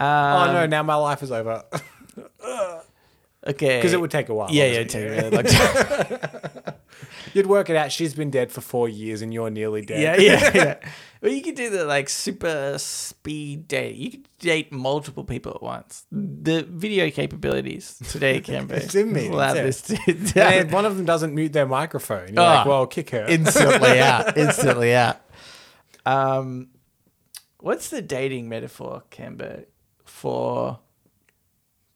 B: oh no! Now my life is over
A: Okay.
B: because it would take a while.
A: Yeah, yeah,
B: obviously.
A: it'd take really long time.
B: You'd work it out. She's been dead for four years, and you're nearly
A: yeah,
B: dead.
A: yeah, yeah. But you could do the like super speed date. You could date multiple people at once. The video capabilities today can be
B: It's amazing,
A: allow
B: yeah.
A: this to-
B: And if one of them doesn't mute their microphone, you're like,
A: Ah.
B: well, kick her.
A: instantly out. Instantly out. Um, what's the dating metaphor, Camber, for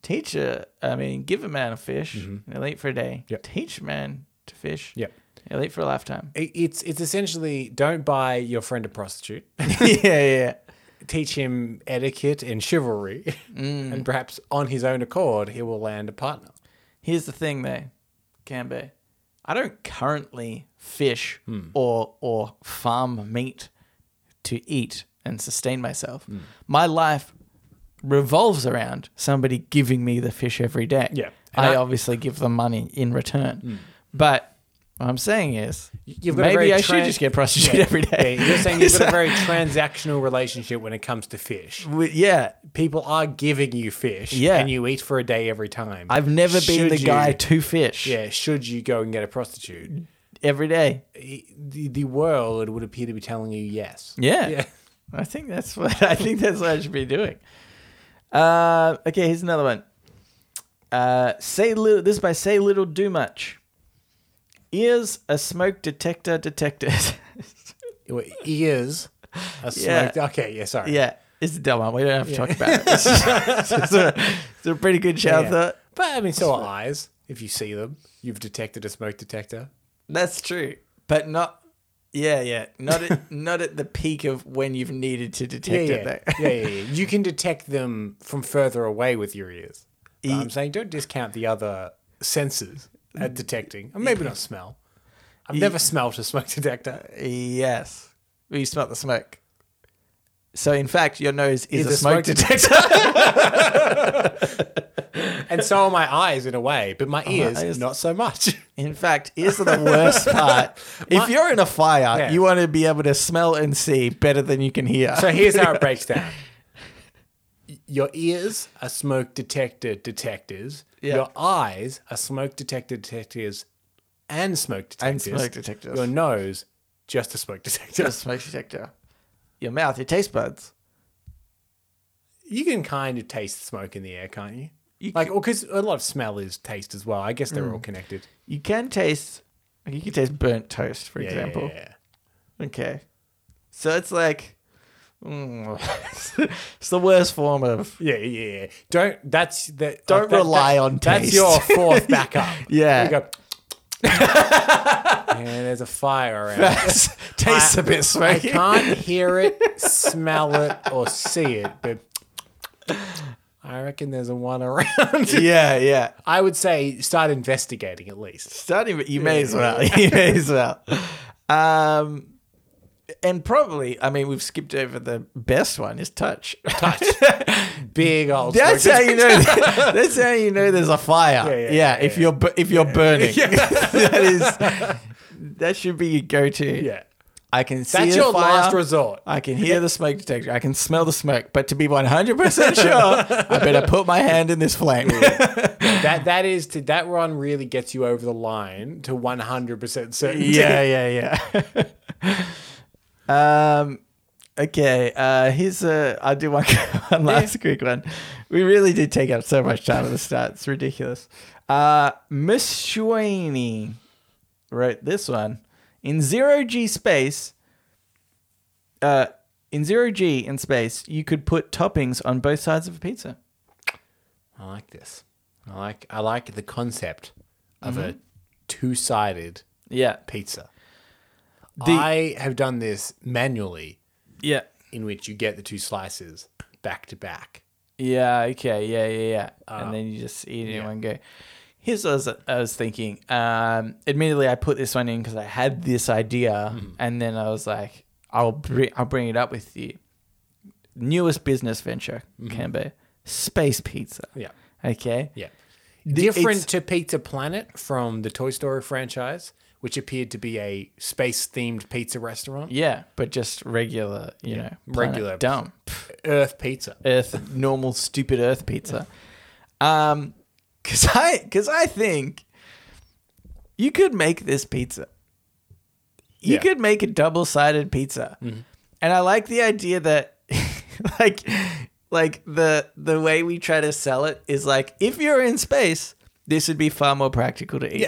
A: teach a? I mean, give a man a fish and he'll eat for a day.
B: Mm-hmm. Yep.
A: Teach a man to fish.
B: Yep.
A: He'll eat for a lifetime.
B: It- it's it's essentially don't buy your friend a prostitute.
A: yeah, yeah.
B: Teach him etiquette and chivalry, and perhaps on his own accord, he will land a partner.
A: Here's the thing, though, Camber. I don't currently fish
B: Hmm.
A: or or farm meat to eat and sustain myself.
B: Hmm.
A: My life revolves around somebody giving me the fish every day.
B: Yeah. And
A: I,
B: I- Hmm.
A: obviously give them money in return, but what I'm saying is,
B: You've got a very
A: maybe I
B: tran-
A: should just get prostituted every day.
B: Yeah, you're saying you've got a very transactional relationship when it comes to fish.
A: We- yeah,
B: People are giving you fish,
A: Yeah.
B: and you eat for a day every time.
A: I've never been
B: Should
A: the
B: you-
A: guy to fish
B: Yeah, should you go and get a prostitute?
A: every day.
B: The, the world would appear to be telling you yes.
A: Yeah.
B: Yeah.
A: I think that's what I think that's what I should be doing. Uh, okay, here's another one. Uh, say little. This is by say little, do much. Is a smoke detector detected?
B: Your ears are
A: Yeah.
B: smoked. Okay, yeah, sorry.
A: yeah, it's a dumb one. We don't have to talk about it. It's, just- it's a, it's a pretty good shout
B: Yeah.
A: though.
B: But I mean, so are eyes. If you see them, you've detected a smoke detector.
A: That's true, but not. Yeah, yeah, not at, not at the peak of when you've needed to
B: Yeah,
A: detect
B: yeah.
A: it. Though.
B: yeah, yeah, yeah. You can detect them from further away with your ears. But I'm saying don't discount the other senses at detecting. Or maybe not smell. I've never smelt a smoke detector.
A: Yes. Well, you smell the smoke. So, in fact, your nose is,
B: Is
A: a,
B: a
A: smoke,
B: smoke
A: detector.
B: And so are my eyes in a way, but Oh, my ears,
A: eyes.
B: not so much.
A: in fact, ears are the worst part. If you're in a fire,
B: Yeah.
A: you want to be able to smell and see better than you can hear.
B: So here's how it breaks down. Your ears are smoke detector detectors.
A: Yeah.
B: Your eyes are smoke detector detectors and smoke
A: And
B: detectors.
A: smoke detectors.
B: Your nose, just a smoke detector.
A: Just smoke detector. Your mouth, your taste buds.
B: You can kind of taste smoke in the air, can't you?
A: You Mm.
B: like, because a lot of smell is taste as well. I guess they're all connected.
A: You can taste, you can taste burnt toast, for
B: Yeah, yeah,
A: example.
B: yeah, yeah.
A: Okay. So it's like, mm, it's the worst form of
B: Yeah, yeah, yeah. Don't. That's the, oh,
A: Don't
B: that-
A: rely
B: that-
A: on
B: That's
A: taste.
B: your fourth backup.
A: Yeah.
B: You go. and there's a fire around.
A: tastes a bit
B: I
A: smoky.
B: can't hear it, smell it, or see it, but I reckon there's a one around.
A: Yeah, yeah.
B: I would say start investigating at least.
A: Starting, but you may as well. You may as well. Um, and probably, I mean, we've skipped over the best one is touch. Touch.
B: Big old.
A: that's
B: smoke.
A: how you know. That's how you know there's a fire.
B: Yeah, yeah, yeah,
A: if
B: yeah.
A: you're bu- if you're burning, that is that should be your go-to.
B: Yeah.
A: I can see
B: That's
A: the
B: your
A: fire.
B: last resort.
A: I can hear the smoke detector. I can smell the smoke. But to be 100% sure, I better put my hand in this flame.
B: That that is to that one really gets you over the line to 100% certainty.
A: yeah, yeah, yeah. um, okay. Uh, here's a. I'll do one, one last quick one. We really did take up so much time at the start. It's ridiculous. Uh, Miss Schwaney wrote this one in zero G space. Uh, in zero G in space, you could put toppings on both sides of a pizza.
B: I like this. I like I like the concept of
A: Mm-hmm.
B: a two-sided
A: Yeah.
B: pizza.
A: The-
B: I have done this manually
A: Yeah.
B: in which you get the two slices back to back.
A: Yeah. Okay. Yeah. Yeah. Yeah.
B: Uh,
A: and then you just eat it in one go. Here's what I was, I was thinking. Um, admittedly, I put this one in because I had this idea,
B: Mm-hmm.
A: and then I was like, "I'll bring, I'll bring it up with you." Newest business venture can be space pizza.
B: Mm-hmm. Yeah.
A: Okay.
B: Yeah. Different
A: it's-
B: to Pizza Planet from the Toy Story franchise, which appeared to be a space themed pizza restaurant.
A: Yeah, but just regular, you know, regular
B: regular.
A: dumb
B: Earth Pizza.
A: Earth, normal, stupid Earth pizza. Um, cause I, cause I think you could make this pizza. You
B: Yeah.
A: could make a double-sided pizza, and I like the idea that, like, like the the way we try to sell it is like if you're in space, this would be far more practical to eat.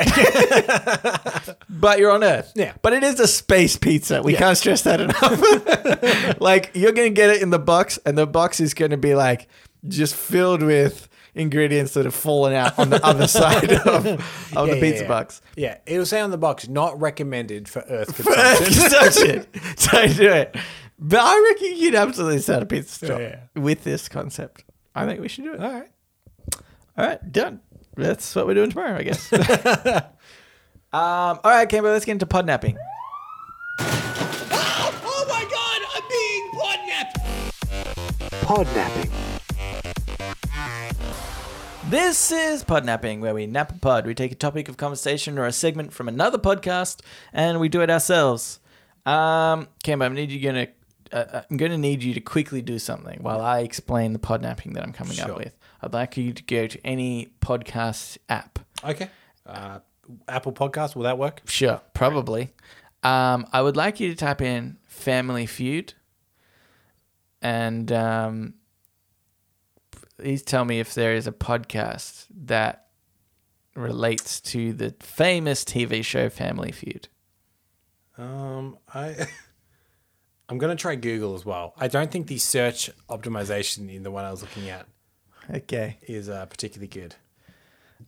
A: but you're on Earth.
B: Yeah.
A: But it is a space pizza. We can't stress that enough. like you're gonna get it in the box, and the box is gonna be like just filled with ingredients that have fallen out on the other side of, of the
B: Yeah, yeah,
A: pizza
B: yeah.
A: box.
B: Yeah. It'll say on the box, not recommended for Earth consumption.
A: Such it. Don't do it. But I reckon you'd absolutely start a pizza store
B: Yeah,
A: with this concept. I think we should do it.
B: All right.
A: All right, done. That's what we're doing tomorrow, I guess. um, all right, Camber, let's get into podnapping.
C: Oh my god, I'm being podnapped!
D: Podnapping.
A: This is Podnapping, where we nap a pod. We take a topic of conversation or a segment from another podcast, and we do it ourselves. Um, Cambo, I'm need you gonna, uh, I'm gonna need you to quickly do something while I explain the podnapping that I'm coming up
B: Sure.
A: with. I'd like you to go to any podcast app.
B: Okay. Uh, Apple Podcast, will that work?
A: Sure, probably. Um, I would like you to type in Family Feud, and um, please tell me if there is a podcast that relates to the famous TV show Family Feud.
B: Um, I I'm gonna try Google as well. I don't think the search optimization in the one I was looking at
A: Okay.
B: is uh, particularly good.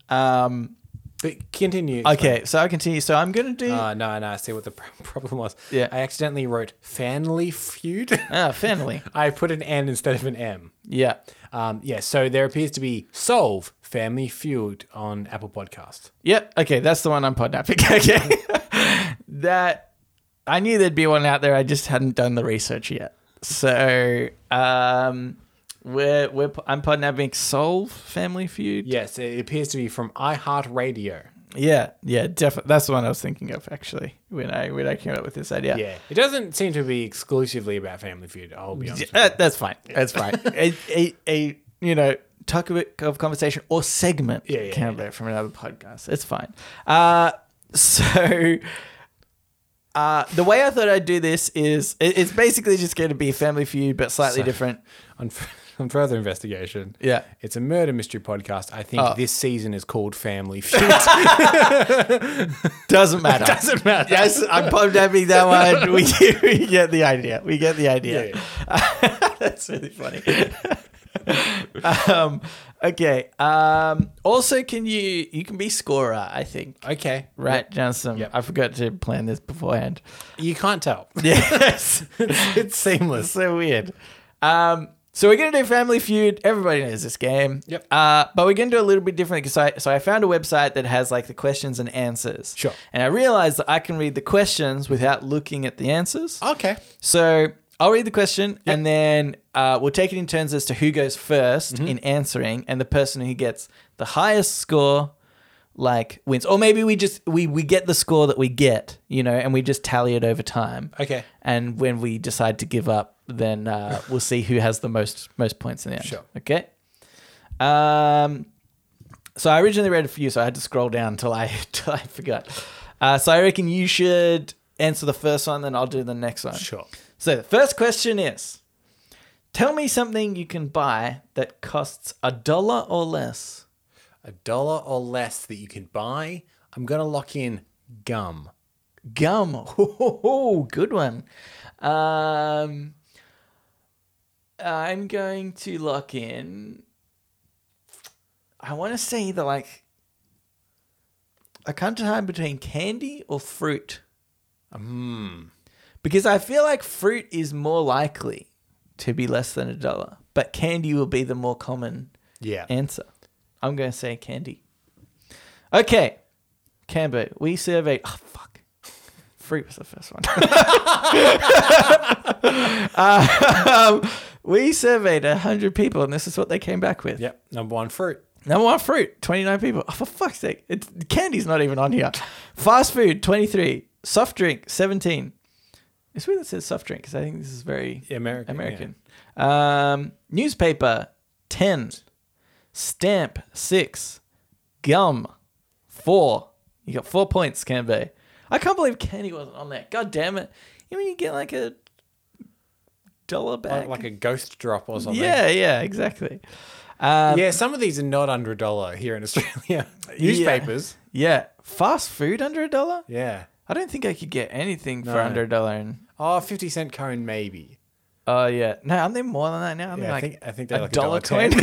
A: Um,
B: But continue.
A: okay, so I'll continue. So I'm gonna do
B: Uh, no, no, I see what the pro- problem was.
A: Yeah.
B: I accidentally wrote Family Feud.
A: ah family.
B: I put an N instead of an M.
A: Yeah.
B: Um, yeah, so there appears to be Solve Family Feud on Apple Podcast.
A: Yep. Okay, that's the one I'm podnapping. okay. that I knew there'd be one out there. I just hadn't done the research yet. So um, we're we're I'm podnapping Solve Family Feud.
B: Yes, it appears to be from iHeartRadio.
A: Yeah. Yeah. Definitely. That's the one I was thinking of actually when I when I came up with this idea.
B: Yeah, it doesn't seem to be exclusively about Family Feud. I'll be honest. with you.
A: Uh, that's fine. That's fine. a, a, a you know topic of conversation or segment
B: Yeah, yeah,
A: can be from another podcast. It's fine. Uh, so. Uh, the way I thought I'd do this is it, it's basically just going to be Family Feud, but slightly different.
B: on, f- on further investigation.
A: Yeah.
B: It's a murder mystery podcast. I think
A: Oh.
B: this season is called Family Feud.
A: Doesn't matter. Doesn't matter. Yes, I'm pumped having that one. We, we get the idea. We get the idea.
B: Yeah,
A: That's really funny. um, okay. Um, also, can you you can be scorer? I think.
B: okay.
A: Right, Johnson.
B: Yep.
A: I forgot to plan this beforehand.
B: You can't tell.
A: Yes.
B: it's seamless.
A: so weird. Um, so we're gonna do Family Feud. Everybody knows this game.
B: Yep.
A: Uh, but we're gonna do a little bit different because I so I found a website that has like the questions and answers.
B: Sure.
A: And I realized that I can read the questions without looking at the answers.
B: Okay.
A: So I'll read the question and then uh, we'll take it in turns as to who goes 1st
B: Mm-hmm.
A: in answering, and the person who gets the highest score like wins. Or maybe we just we we get the score that we get, you know, and we just tally it over time.
B: Okay.
A: And when we decide to give up, then uh, we'll see who has the most most points in the end.
B: Sure.
A: Okay. Um. So I originally read a few, so I had to scroll down until I till I forgot. Uh, so I reckon you should answer the first one, then I'll do the next one.
B: Sure.
A: So the first question is: Tell me something you can buy that costs a dollar or less.
B: A dollar or less that you can buy. I'm going to lock in gum.
A: Gum. Oh, good one. Um, I'm going to lock in. I want to say either like I can't decide between candy or fruit. Hmm. Because I feel like fruit is more likely to be less than a dollar, but candy will be the more common
B: Yeah.
A: answer. I'm going to say candy. Okay. Cambo, we surveyed. Oh, fuck. Fruit was the first one. Uh, um, we surveyed 100 people, and this is what they came back with.
B: yep. Number one fruit.
A: Number one fruit, 29 people. Oh, for fuck's sake. It's, candy's not even on here. Fast food, 23. Soft drink, 17. It's weird that it says soft drink because I think this is very
B: American,
A: American. Um, newspaper, 10. Stamp, 6. Gum, 4. You got four points, Canvey. I can't believe candy wasn't on there. God damn it. You mean you get like a dollar
B: Like,
A: bag?
B: like a ghost drop or something.
A: yeah, yeah, exactly. Um,
B: yeah, some of these are not under a dollar here in Australia. Newspapers.
A: Yeah. Fast food under a dollar?
B: Yeah.
A: I don't think I could get anything for
B: No.
A: under a dollar. And
B: Oh, 50 cent cone maybe.
A: oh yeah, no, aren't they more than that now? Aren't they
B: Yeah,
A: like
B: I think I think
A: a
B: they're like
A: dollar Uh,
B: dollar
A: coin.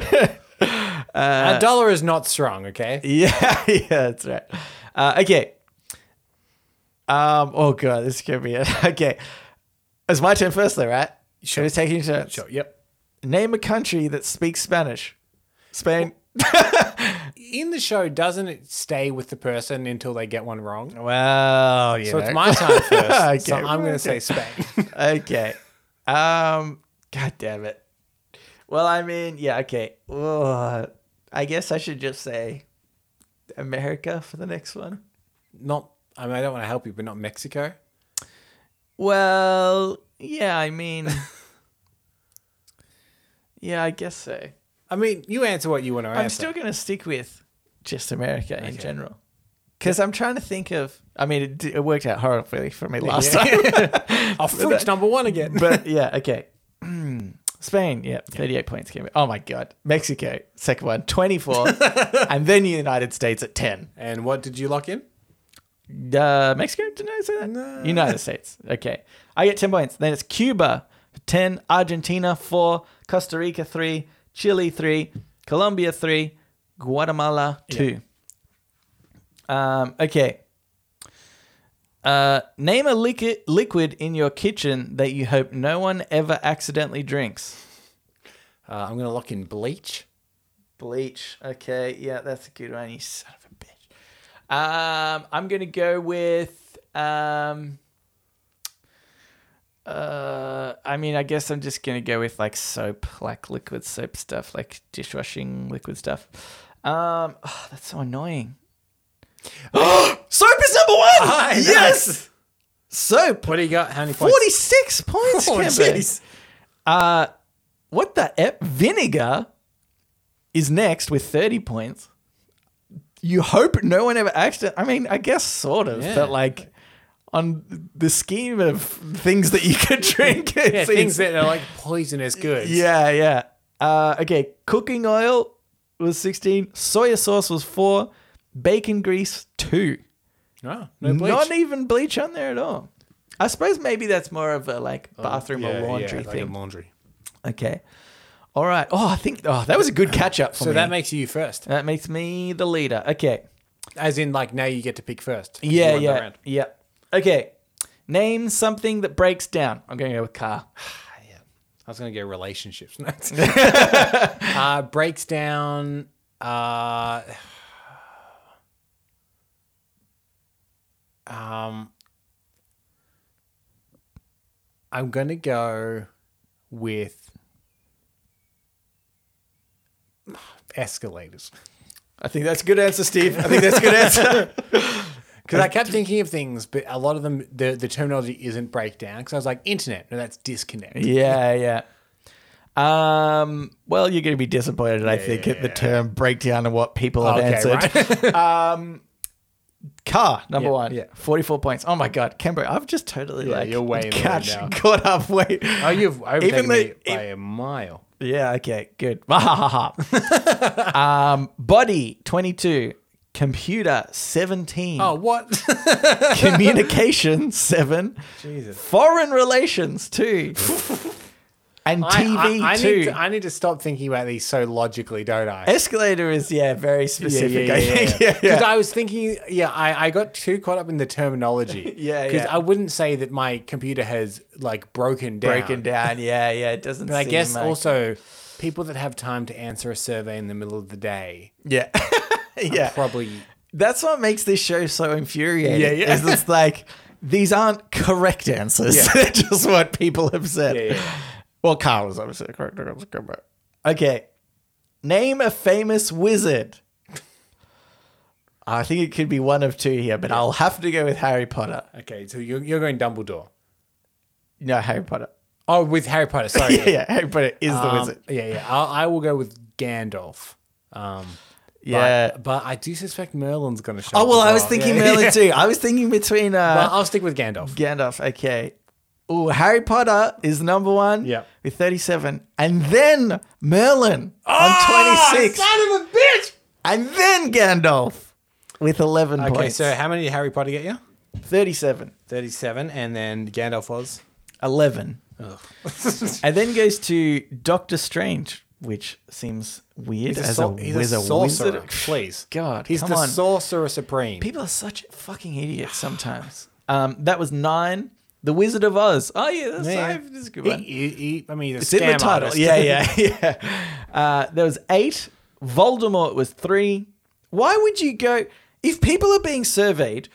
B: ten.
A: yeah,
B: a dollar is not strong, okay?
A: yeah, yeah, that's right. Uh, okay. Um. Oh god, this could be it. okay, it's my turn first, though, right? Should we take your turns?
B: Sure. Yep.
A: Name a country that speaks Spanish. Spain.
B: In the show, doesn't it stay with the person until they get one wrong?
A: Oh. Well, you
B: So it's
A: know.
B: my time first. So
A: Okay.
B: I'm going to say Spain.
A: okay. Um. God damn it. Well, I mean, yeah. Okay. Ugh. I guess I should just say America for the next one.
B: not. I mean, I don't want to help you, but not Mexico.
A: Well, yeah. I mean, yeah. I guess so.
B: I mean, you answer what you want to answer.
A: I'm still gonna stick with just America in general. Because I'm trying to think of, I mean, it, d- it worked out horribly for me last time.
B: Oh, fruit's number one again.
A: But yeah, okay. Spain, yeah, 38 points came. Oh my god. Mexico, second one, 24. and then the United States at 10.
B: and what did you lock in?
A: Uh, Mexico, did I say that?
B: No.
A: United States. Okay. I get 10 points. Then it's Cuba, 10, Argentina, 4, Costa Rica, 3, Chile, 3, Colombia, 3, Guatemala, 2. Um, okay. Uh, name a liquid liquid in your kitchen that you hope no one ever accidentally drinks.
B: Uh, I'm going to lock in bleach.
A: Bleach. Okay, yeah, that's a good one. You son of a bitch. Um, I'm gonna go with. Um, uh, I mean, I guess I'm just gonna go with like soap, like liquid soap stuff, like dishwashing liquid stuff. Um, oh, that's so annoying. soap is number one. yes, soap.
B: What do you got? How many points?
A: Forty-six points.
B: Oh,
A: Kemba.
B: jeez.
A: What the ep? Vinegar is next with 30 points. You hope no one ever accident. I mean, I guess sort of,
B: Yeah.
A: but like on the scheme of things that you could drink, it
B: Yeah,
A: seems-
B: things that are like poisonous goods.
A: yeah, yeah. Uh, okay, cooking oil was 16, soya sauce was 4, bacon grease 2.
B: Oh, no bleach.
A: Not even bleach on there at all. I suppose maybe that's more of a like bathroom
B: Oh, Yeah,
A: or laundry
B: yeah, like
A: thing.
B: in laundry.
A: Okay. All right. Oh, I think oh, that was a good catch up for
B: So
A: me.
B: that makes you first.
A: that makes me the leader. Okay.
B: As in, like, now you get to pick first.
A: Yeah,
B: You won the
A: yeah.
B: round.
A: Yeah. Okay. Name something that breaks down. I'm going to go with car.
B: I was going to go relationships next. uh, breaks down. Uh, um, I'm going to go with escalators.
A: I think that's a good answer, Steve. I think that's a good answer.
B: Because I kept thinking of things, but a lot of them, the, the terminology isn't breakdown. Because I was like, internet. No, that's disconnect.
A: yeah, yeah. Um, well, you're going to be disappointed, I think, at the term breakdown and what people have
B: Okay,
A: answered.
B: right.
A: Car number
B: Yeah,
A: one,
B: yeah.
A: forty-four points. Oh my god, Kembo, I've just totally like
B: you're way in the lead
A: catch,
B: now.
A: caught up. Wait,
B: oh, you've overtaken
A: though-
B: me by a mile.
A: Yeah, okay, good. um, body 22, computer 17,
B: Oh, what?
A: communication 7,
B: Jesus.
A: foreign relations 2, and
B: I-
A: TV
B: I, I,
A: too.
B: Need to, I need to stop thinking about these so logically, don't I?
A: Escalator is yeah very specific. I think. Yeah,
B: Because
A: yeah.
B: I was thinking, yeah, I, I got too caught up in the terminology.
A: Yeah,
B: Because
A: yeah.
B: I wouldn't say that my computer has like broken down.
A: Broken down. Yeah, yeah. It doesn't.
B: But I
A: seem
B: guess
A: like-
B: also people that have time to answer a survey in the middle of the day
A: Yeah. yeah.
B: probably.
A: That's what makes this show so infuriating.
B: Yeah, yeah.
A: Is it's like these aren't correct answers.
B: Yeah.
A: They're just what people have said.
B: Yeah, yeah, yeah.
A: Well, Carl was obviously the correct answer. come back. Okay. Name a famous wizard. I think it could be one of two here, but I'll have to go with Harry Potter.
B: Okay, so you're, you're going Dumbledore.
A: No, Harry Potter.
B: Oh, with Harry Potter. Sorry.
A: Yeah, yeah Harry Potter is
B: Um,
A: the wizard.
B: Yeah, yeah. I'll, I will go with Gandalf. Um, but-
A: Yeah.
B: but, I do suspect Merlin's going to show.
A: Oh
B: up
A: well,
B: as
A: I was thinking
B: Yeah.
A: Merlin too. I was thinking between
B: But
A: uh,
B: I'll stick with Gandalf.
A: Gandalf. Okay. Oh, Harry Potter is number one.
B: Yep.
A: With thirty-seven, and then Merlin
B: Oh,
A: on twenty-six,
B: Ah, of a bitch!
A: and then Gandalf with eleven
B: Okay,
A: points.
B: so how many did Harry Potter get you?
A: thirty-seven.
B: 37, and then Gandalf was?
A: 11. and then goes to Doctor Strange, which seems weird as a, wizard. wizard.
B: Please.
A: God,
B: He's
A: come
B: the
A: on.
B: sorcerer supreme.
A: People are such fucking idiots sometimes. Um, that was nine. The Wizard of Oz. Oh yeah, that's,
B: Yeah.
A: I- that's a good
B: He-
A: one.
B: he- he- I mean, he's
A: It's
B: a
A: in the
B: scam
A: title.
B: artist.
A: Yeah, yeah, yeah. Uh, there was eight. Voldemort was three. Why would you go? If people are being surveyed,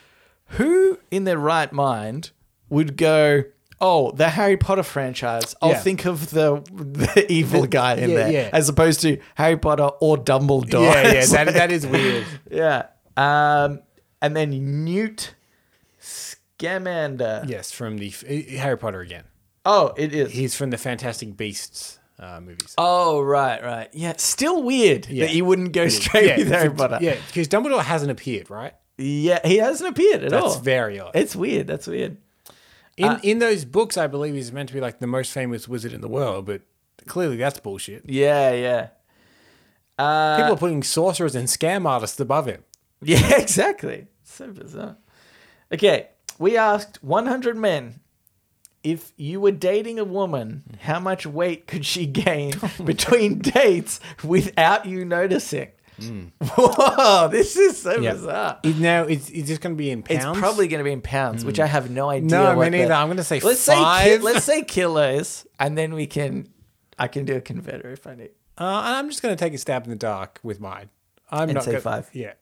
A: who in their right mind would go? Oh, the Harry Potter franchise. I'll
B: Yeah.
A: think of the the evil guy in
B: yeah,
A: there,
B: yeah.
A: as opposed to Harry Potter or Dumbledore.
B: yeah, yeah.
A: It's
B: That,
A: like-
B: that is weird.
A: yeah. Um, and then Newt Scamander.
B: yes, from the Harry Potter again.
A: Oh, it is.
B: He's from the Fantastic Beasts uh, movies.
A: Oh right, right. Yeah, still weird
B: Yeah.
A: that you wouldn't go straight with Harry
B: it's-
A: Potter.
B: Yeah, because Dumbledore hasn't appeared, right?
A: Yeah, he hasn't appeared at all.
B: That's very odd.
A: it's weird. That's weird.
B: In
A: uh,
B: in those books, I believe he's meant to be like the most famous wizard in the world, but clearly that's bullshit.
A: Yeah, yeah. Uh,
B: People are putting sorcerers and scam artists above him.
A: yeah, exactly. So bizarre. Okay, we asked 100 men if you were dating a woman, how much weight could she gain
B: Oh
A: between dates without you noticing?
B: Mm.
A: Whoa, this is so bizarre.
B: Is- Now, is, is this going to be in
A: It's
B: pounds? Mm.
A: probably going to be in pounds, which I have no idea.
B: No, me
A: what
B: neither.
A: the-
B: I'm gonna say
A: let's Say,
B: five.
A: ki- let's say kilos, and then we can. I can do a converter if I need.
B: Uh, and I'm just going to take a stab in the dark with mine. I'm
A: And
B: not
A: say
B: gonna-
A: five.
B: Yeah.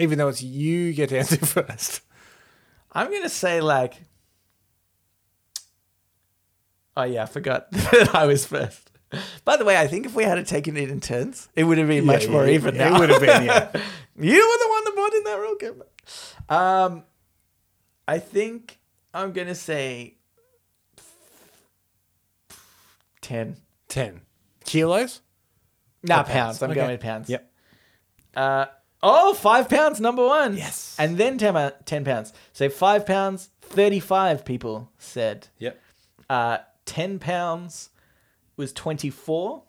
B: Even though it's you get to answer first.
A: I'm gonna say like. Oh yeah, I forgot that I was first. By the way, I think if we had taken it in turns, it would have been much
B: Yeah,
A: more
B: yeah,
A: even.
B: yeah,
A: now.
B: It would have been, yeah.
A: You were the one that brought in that rule, Kevin. Um, I think I'm gonna say ten.
B: 10 kilos?
A: No,
B: Or
A: Uh, pounds. I'm
B: Okay.
A: going with pounds.
B: Yep.
A: Uh, oh, five pounds, number one.
B: Yes.
A: And then 10, pou- 10 pounds. So five pounds, 35 people said.
B: Yep.
A: Uh, 10 pounds was 24.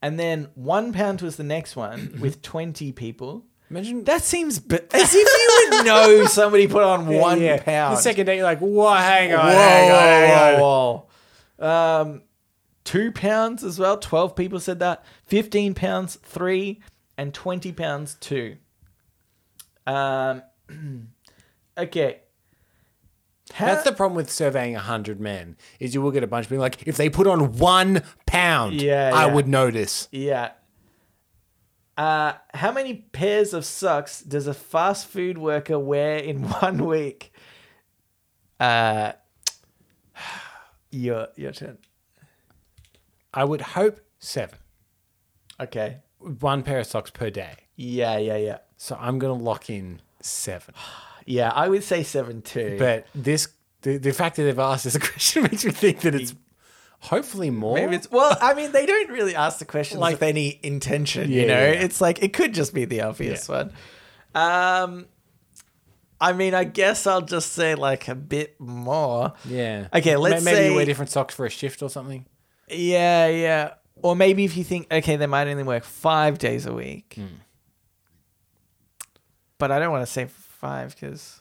A: And then one pound was the next one with 20 people.
B: Imagine
A: That seems b- as if you would know somebody put on one pound.
B: The second day, you're like, whoa, hang on,
A: Whoa,
B: hang on, hang
A: whoa,
B: on.
A: whoa, whoa. Um, two pounds as well. Twelve people said that. Fifteen pounds, three, and twenty pounds, two. Um, okay. How-
B: That's the problem with surveying hundred men is you will get a bunch of people like if they put on one pound,
A: Yeah,
B: I
A: yeah.
B: would notice.
A: yeah. Uh, how many pairs of socks does a fast food worker wear in one week? Uh, your your turn.
B: I would hope seven,
A: Okay.
B: one pair of socks per day.
A: Yeah, yeah, yeah.
B: So I'm gonna lock in seven.
A: Yeah, I would say seven too.
B: But this, the, the fact that they've asked this question makes me think that it's hopefully more.
A: Maybe it's well. I mean, they don't really ask the questions
B: Like-
A: with any intention.
B: Yeah,
A: you know,
B: yeah, yeah.
A: it's like it could just be the obvious
B: Yeah.
A: one. Um, I mean, I guess I'll just say like a bit more.
B: yeah.
A: Okay,
B: Ma-
A: let's
B: maybe you wear
A: say-
B: different socks for a shift or something.
A: Yeah, yeah. Or maybe if you think, okay, they might only work five days a week.
B: Hmm.
A: But I don't want to say five because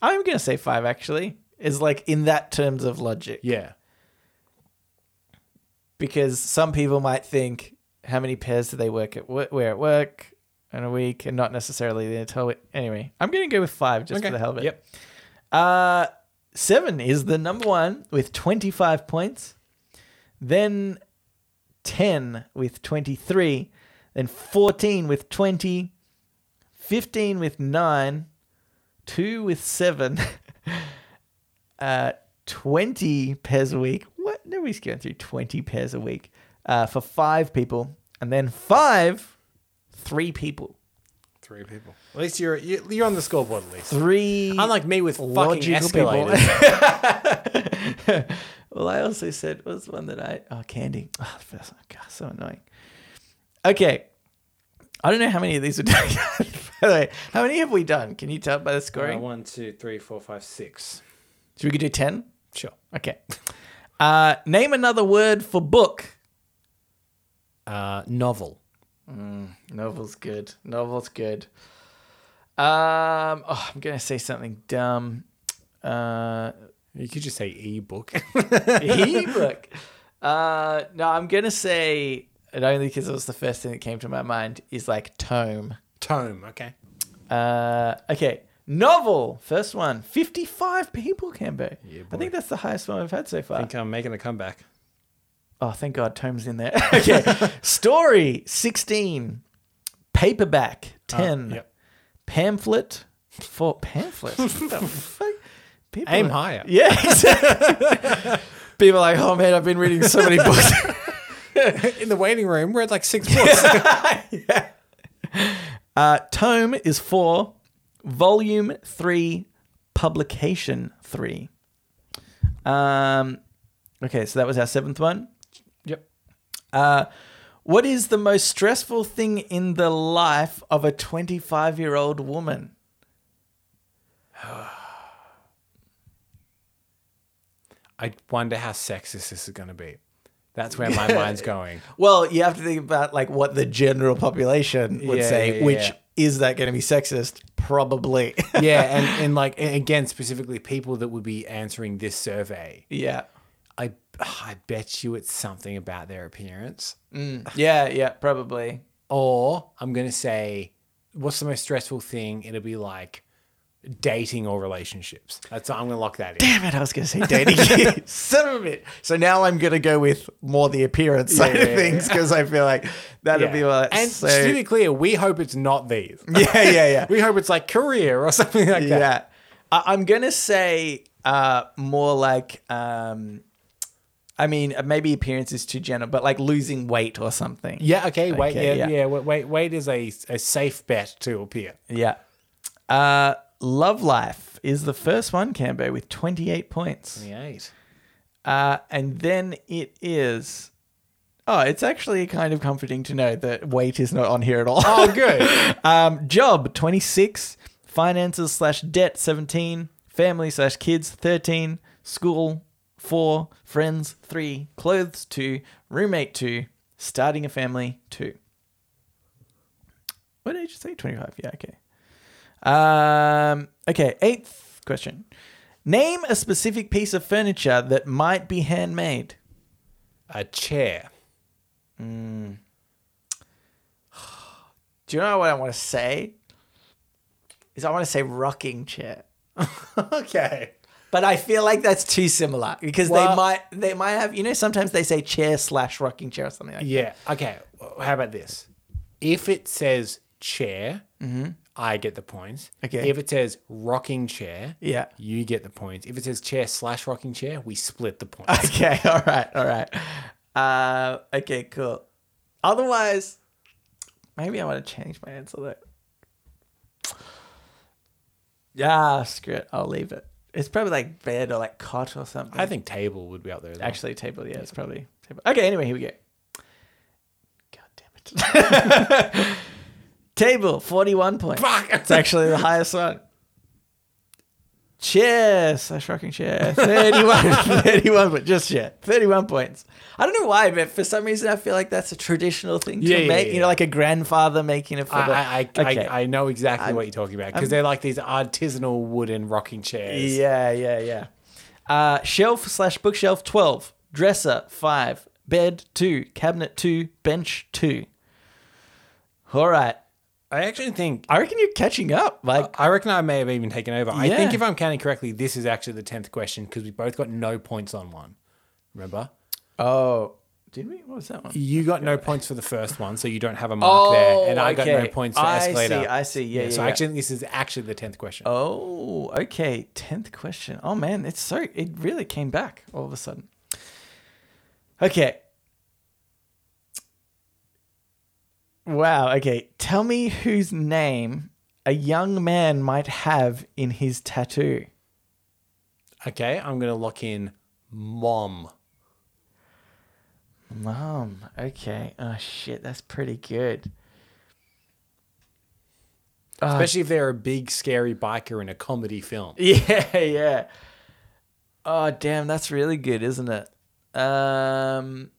A: I'm going to say five actually. Is like in that terms of logic.
B: Yeah.
A: because some people might think how many pairs do they work at wo- wear at work in a week and not necessarily the entire week. Anyway, I'm going to go with five just for the hell of it.
B: Yep.
A: Uh, seven is the number one with 25 points. Then 10 with 23. Then 14 with 20. 15 with 9. 2 with 7. uh, 20 pairs a week. What? Nobody's going through 20 pairs a week uh, for five people. And then five, three people.
B: Three people.
E: At least you're you- you're on the scoreboard at least.
A: Three.
E: Unlike me with fucking
A: Logical people.
E: escalators.
A: well, I also said what was the one that I oh candy. Oh, the first one. God, so annoying. Okay, I don't know how many of these are done. by the way, how many have we done? Can you tell by the
E: Uh,
A: scoring?
E: one, two, three, four, five, six.
A: Should we could do ten?
E: Sure.
A: Okay. Uh, name another word for book.
B: Uh, novel.
A: Novel's good. Novel's good. Um, oh, I'm gonna say something dumb. Uh,
B: You could just say e-book.
A: ebook. Uh, no, I'm gonna say it only because it was the first thing that came to my mind is like tome.
E: Tome. Okay.
A: Uh, okay, novel first one. Fifty-five people, Cambo. I think that's the highest one we've had so far.
E: I think I'm making a comeback.
A: oh, thank God, tome's in there. okay, story sixteen, paperback ten,
B: Uh, yep.
A: pamphlet for pamphlet. what the fuck? People
B: Aim
A: are-
B: higher.
A: Yeah, exactly. People are like, oh man, I've been reading so many books.
B: In the waiting room, we're at like six books.
A: Uh, tome is four, volume three, publication three. Um, okay, so that was our seventh one.
B: yep.
A: Uh, what is the most stressful thing in the life of a 25 year old woman?
B: I wonder how sexist this is going to be. That's where my mind's going.
A: Well, you have to think about like what the general population would
B: Yeah,
A: say,
B: yeah, yeah,
A: which
B: yeah.
A: is that going to be sexist? Probably.
B: Yeah, and, and like and again, specifically people that would be answering this survey.
A: yeah.
B: I I bet you it's something about their appearance.
A: Yeah, yeah, probably.
B: Or I'm gonna say, what's the most stressful thing? It'll be like dating or relationships. That's I'm gonna lock that in.
A: Damn it, I was going to say dating. Son of a bit. So now I'm going to go with more the appearance side
B: yeah,
A: of things because I feel like that'll
B: Yeah.
A: be like.
B: and
A: so-
B: just to be clear, we hope it's not these.
A: yeah, yeah,
B: We hope it's like career or something like
A: yeah.
B: that.
A: yeah. I- I'm going to say uh, more like, um, I mean, uh, maybe appearance is too general, but like losing weight or something.
B: Yeah, okay, wait,
A: Okay,
B: yeah,
A: yeah.
B: yeah, wait, wait, wait is a, a safe bet to appear.
A: Yeah. Uh, Love Life is the first one, Cambo, with 28 points.
B: Eight.
A: Uh, and then it is. Oh, it's actually kind of comforting to know that weight is not on here at all.
B: Oh, good.
A: um, job 26, finances slash debt 17, family slash kids 13, school 4, friends 3, clothes 2, roommate 2, starting a family 2. What did I just say? 25. Yeah, okay. Um, okay, eighth question. Name a specific piece of furniture that might be handmade.
B: a chair.
A: Do you know what I want to say? Is I want to say rocking chair.
B: Okay.
A: But I feel like that's too similar because they
B: Well-
A: might they might have you know sometimes they say chair slash rocking chair or something like that.
B: Yeah. Okay. Well, How about this? If it says chair, I get the points.
A: Mm-hmm. Okay.
B: If it says rocking chair,
A: Yeah.
B: you get the points. If it says chair slash rocking chair, we split the points.
A: Okay, all right, all right. Uh, okay, cool. Otherwise, maybe I want to change my answer though. Yeah, screw it. I'll leave it. It's probably like bed or like cot or something.
B: I think table would be up there. as well.
A: Actually, table. Yeah, it's probably table. Okay. Anyway, here we go. God damn it. table forty-one points.
B: Fuck!
A: It's actually the highest one. Chair slash rocking chair. 31, 31, but just yet. 31 points. I don't know why, but for some reason I feel like that's a traditional thing to
B: Yeah, yeah,
A: make. You
B: yeah, yeah.
A: know, like a grandfather making it for
B: I,
A: the.
B: I, I,
A: Okay.
B: I, I know exactly
A: I'm-
B: what you're talking about
A: I'm-
B: because they're like these artisanal wooden rocking chairs.
A: Yeah, yeah, yeah. Uh, shelf slash bookshelf, 12. Dresser, 5. bed two, cabinet two, bench two. All right.
B: I actually think
A: I reckon you're catching up. Like,
B: I reckon I may have even taken over. I think
A: Yeah.
B: if I'm counting correctly, this is actually the tenth question because we both got no points on one. Remember,
A: oh, did we? What was that one?
B: you got no points for the first one, so you don't have a mark there, and Oh, I got no
A: Oh, okay.
B: points for
A: I see,
B: escalator.
A: I see. Yeah,
B: so
A: yeah,
B: I
A: yeah.
B: actually think this is actually the tenth question.
A: Oh, okay. Tenth question. Oh man, it's so it really came back all of a sudden. Okay. Wow, okay. Tell me whose name a young man might have in his tattoo.
B: Okay, I'm gonna lock in mom.
A: Mom. Okay. Oh shit, that's pretty good.
B: Especially if they're a big scary biker in a comedy film.
A: Yeah, yeah. Oh damn, that's really good, isn't it? Um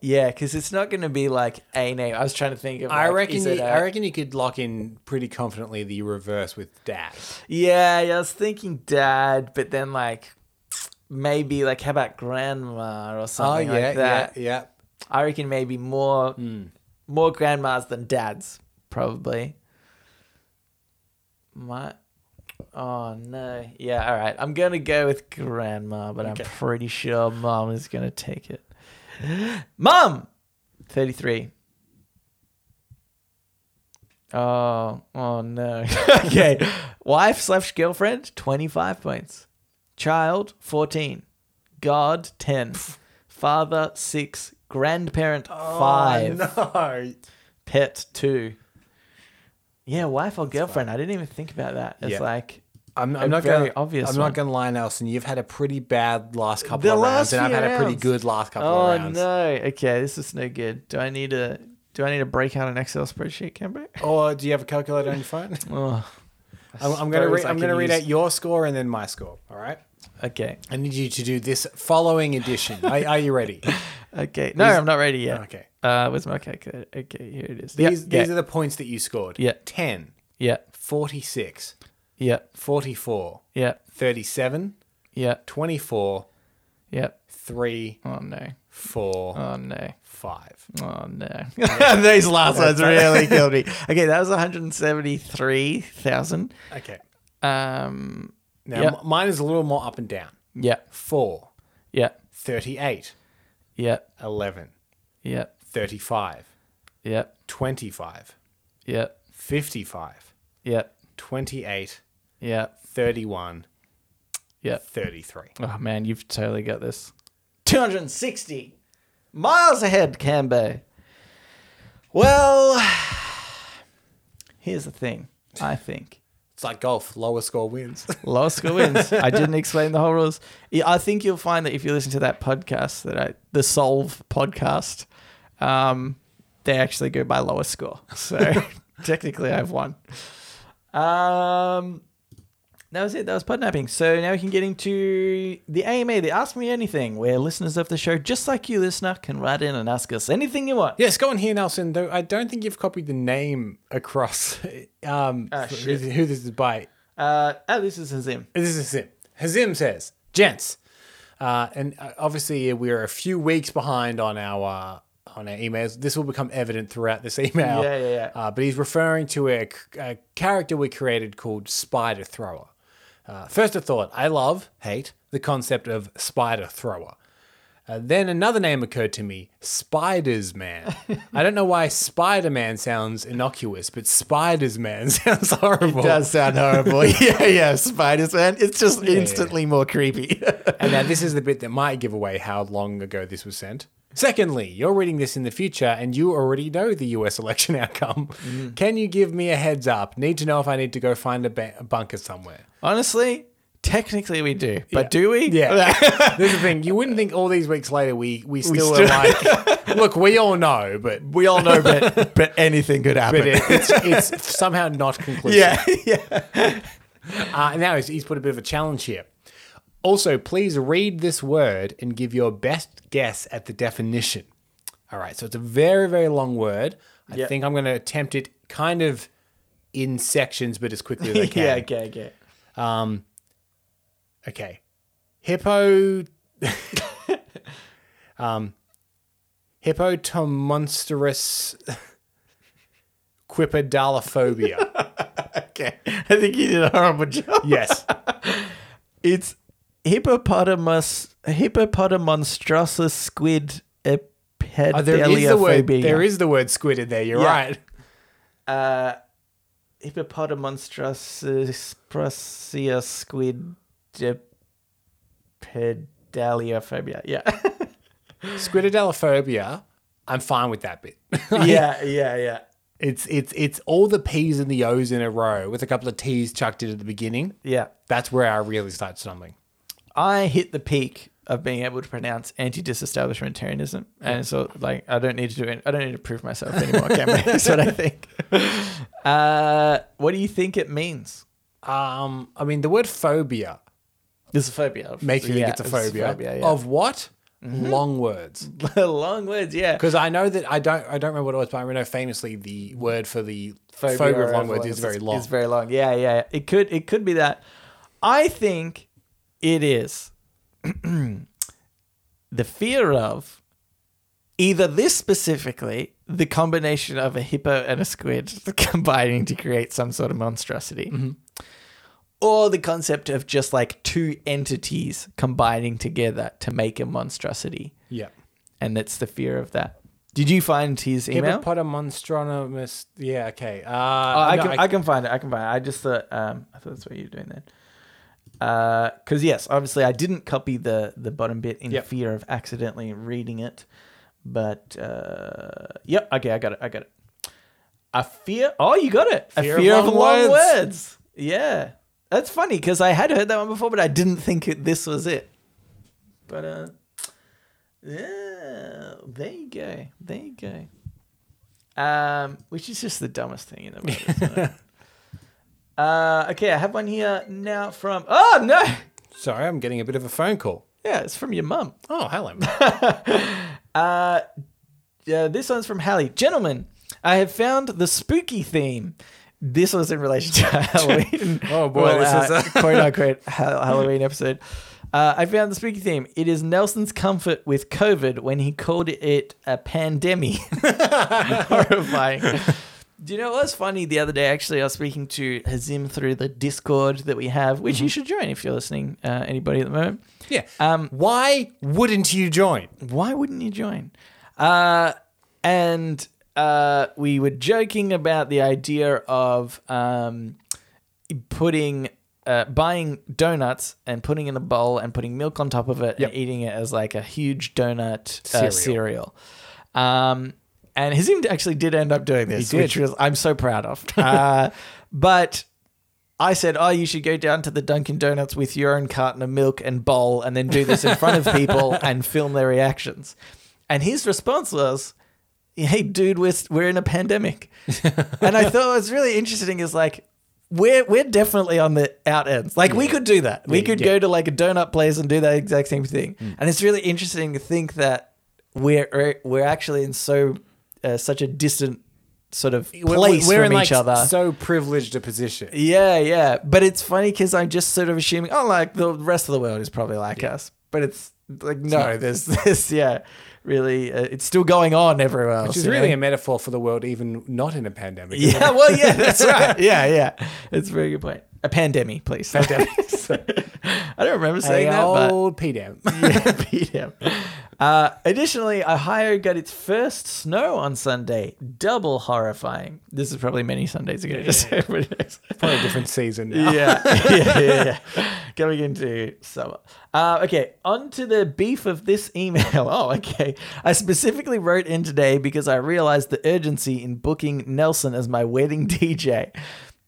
A: Yeah, because it's not gonna be like a name. I was trying to think of
B: I
A: like,
B: reckon.
A: is
B: You,
A: it a-
B: I reckon you could lock in pretty confidently the reverse with dad.
A: yeah, yeah, I was thinking dad, but then like maybe like how about grandma or something like that.
B: Oh, yeah. Hmm.
A: I reckon maybe more more grandmas than dads, probably. My oh no. Yeah, all right. I'm gonna go with grandma, but I'm pretty sure mom is gonna take it. Mom! 33. Oh, oh no. okay. Wife slash girlfriend, 25 points. Child, 14. God, 10. Father, 6. Grandparent, 5.
B: Oh, No.
A: Pet, 2. Yeah, wife or girlfriend. I didn't even think about that. It's
B: Yeah.
A: like,
B: I'm,
A: A
B: I'm not
A: very
B: gonna,
A: obvious
B: I'm
A: one.
B: not gonna lie, Nelson. You've had a pretty bad last couple
A: The
B: of
A: last
B: rounds, and I've
A: few
B: had a pretty
A: rounds.
B: good last couple
A: oh
B: of rounds.
A: no. Okay, this is no good. Do I need to do I need to break out an Excel spreadsheet, Camber?
B: Or do you have a calculator on your phone?
A: Oh,
B: I'm, I'm gonna
A: suppose
B: read.
A: I
B: I'm
A: can
B: gonna read
A: use-
B: out your score and then my score. All right.
A: okay.
B: I need you to do this following edition. are, are you ready?
A: Okay. No, I'm not ready yet.
B: Oh, Okay.
A: Uh, where's my calculator? Okay, here it is.
B: These,
A: yeah,
B: these are the points that you scored.
A: Yeah.
B: 10,
A: yeah,
B: 46,
A: yeah,
B: 44,
A: yeah,
B: 37,
A: yeah,
B: 24,
A: yeah.
B: 3,
A: Oh no.
B: 4,
A: Oh no.
B: 5.
A: Oh no. These last ones really killed me. Okay, that was 173,000.
B: Okay.
A: Um,
B: Now,
A: Yeah.
B: m- mine is a little more up and down.
A: yeah,
B: 4,
A: yeah,
B: 38,
A: yeah,
B: 11,
A: yeah,
B: 35,
A: yeah,
B: 25,
A: yeah,
B: 55,
A: yeah,
B: 28,
A: yeah,
B: 31,
A: yeah.
B: 33.
A: Oh man, you've totally got this. 260 miles ahead, Cambo. Well, here's the thing. I think
B: It's like golf, lower score wins.
A: lower school wins. I didn't explain the whole rules. Yeah, I think you'll find that if you listen to that podcast, that I, the Solve podcast, um, they actually go by lower score. So technically, I've won. Um, that was it. That was podnapping. So now we can get into the AMA, the Ask Me Anything, where listeners of the show, just like you, listener, can write in and ask us anything you want.
B: Yes, go on here, Nelson. Though I don't think you've copied the name across um, who- who this is by.
A: Uh, oh, this is Hazim.
B: This is Hazim. Hazim says, "Gents, uh, and uh, obviously we're a few weeks behind on our uh, on our emails. This will become evident throughout this email.
A: Yeah, yeah, yeah.
B: Uh, but he's referring to a, c- a character we created called Spider Thrower. Uh, first, a thought: I love, hate the concept of Spider Thrower. Uh, then another name occurred to me: Spiders Man. I don't know why Spider Man sounds innocuous, but Spiders Man sounds horrible.
A: sound horrible. yeah, yeah, Spiders Man. It's just
B: instantly
A: more creepy.
B: And now this is the bit that might give away how long ago this was sent. Secondly, you're reading this in the future and you already know the US election outcome. Can you give me a heads up? Need to know if I need to go find a, ba- a bunker somewhere.
A: Honestly, technically we do, but
B: Yeah.
A: do we?
B: Yeah. This is the thing. You wouldn't think all these weeks later we, we still were like, look, we all know, but,
A: we all know, but but anything could happen.
B: but it, it's, it's somehow not conclusive.
A: yeah, yeah.
B: Uh, and now he's, he's put a bit of a challenge here. Also, please read this word and give your best guess at the definition. All right, so it's a very, very long word. I
A: Yep.
B: think I'm going to attempt it kind of in sections, but as quickly as I can.
A: yeah, okay, okay.
B: Okay. Hippo. Um, Hippotomonstrous quipidalophobia.
A: Okay. I think you did a horrible job.
B: yes.
A: It's hippopotamus, hippopotamonstrosus squid
B: Oh, there is the word. There
A: epideliophobia.
B: is the word squid in there. You're
A: Yeah.
B: right.
A: Hippopotamonstrosus prosia squid epidaliophobia. Yeah.
B: Squididelophobia. I'm fine with that bit.
A: yeah, yeah, yeah.
B: it's it's it's all the p's and the o's in a row with a couple of t's chucked in at the beginning.
A: Yeah.
B: That's where I really start stumbling.
A: I hit the peak of being able to pronounce anti-disestablishmentarianism, and so like I don't need to do it. I don't need to prove myself anymore. Can I? That's what I think. Uh, what do you think it means?
B: Um, I mean, the word phobia
A: There's a phobia.
B: makes me
A: Yeah,
B: think it's a phobia,
A: phobia yeah. Mm-hmm.
B: of what? Long words.
A: long words. Yeah.
B: Because I know that I don't I don't remember what it was, but I know famously the word for the phobia, of long words is very long.
A: It's very long. Yeah, yeah. It could it could be that. I think it is the fear of either this specifically, the combination of a hippo and a squid combining to create some sort of monstrosity.
B: Mm-hmm.
A: Or the concept of just like two entities combining together to make a monstrosity.
B: yeah.
A: And it's the fear of that. Did you find his email?
B: Hippopotamonstronomus. Yeah, okay. Uh,
A: Oh, I
B: no,
A: can I, can find it. I can find it. I just thought um, I thought that's what you were doing then. Because yes, obviously I didn't copy the the bottom bit in
B: Yep.
A: fear of accidentally reading it, but uh, yep. Okay, I got it. I got it. A fear. Oh, you got it.
B: Fear
A: a
B: of
A: fear of long, words.
B: long words.
A: Yeah, that's funny because I had heard that one before, but I didn't think it, this was it. But uh, yeah, there you go. There you go. Um, which is just the dumbest thing in the world. isn't it? uh, okay, I have one here now from. Oh no!
B: Sorry, I'm getting a bit of a phone call.
A: Yeah, it's from your mum.
B: Oh, hello.
A: Uh, this one's from Hallie. Gentlemen, I have found the spooky theme. This was in relation to Halloween.
B: Oh, boy,
A: Well,
B: this is
A: uh,
B: a-
A: quote unquote ha- Halloween episode. Uh, I found the spooky theme. It is Nelson's comfort with COVID when he called it a pandemic. Horrifying. Do you know what's funny? The other day, actually, I was speaking to Hazim through the Discord that we have, which
B: Mm-hmm.
A: you should join if you're listening, uh, anybody at the moment.
B: yeah. Um, Why wouldn't you join?
A: why wouldn't you join? Uh, and uh, we were joking about the idea of um, putting, uh, buying donuts and putting in a bowl and putting milk on top of it
B: Yep.
A: and eating it as like a huge donut uh,
B: Cereal.
A: cereal. Um, and Hazim actually did end up doing this,
B: did.
A: which was I'm so proud of. Uh, but I said, "Oh, you should go down to the Dunkin' Donuts with your own carton of milk and bowl, and then do this in front of people and film their reactions." And his response was, "Hey, dude, we're we're in a pandemic," and I thought what's really interesting is like. We're, we're definitely on the out ends. Like we could do that. We could
B: yeah. Mm.
A: go to like a donut place and do that exact same thing. And it's really interesting to think that we're we're actually in so uh, such a distant sort of
B: We're-
A: place
B: we're
A: from
B: in,
A: each
B: like,
A: other.
B: So privileged a position.
A: Yeah, yeah. But it's funny because I'm just sort of assuming, oh, like the rest of the world is probably like us. But it's like, no,
B: not.
A: there's this, yeah, really, uh, it's still going on everywhere else.
B: Which is
A: you
B: really
A: know?
B: a metaphor for the world, even not in a pandemic. isn't
A: Yeah, well, yeah, that's right. Yeah, yeah. It's a very good point. A pandemic, please. Pandemic. I don't remember
B: it?
A: saying
B: A
A: that, but
B: old PDM.
A: yeah, beat him. Uh, additionally, Ohio got its first snow on Sunday. Double horrifying. This is probably many Sundays ago. just so everybody knows.
B: Probably a different season now.
A: yeah, yeah, yeah, yeah. Coming into summer. Uh, okay, on to the beef of this email. Oh, okay. I specifically wrote in today because I realized the urgency in booking Nelson as my wedding DJ.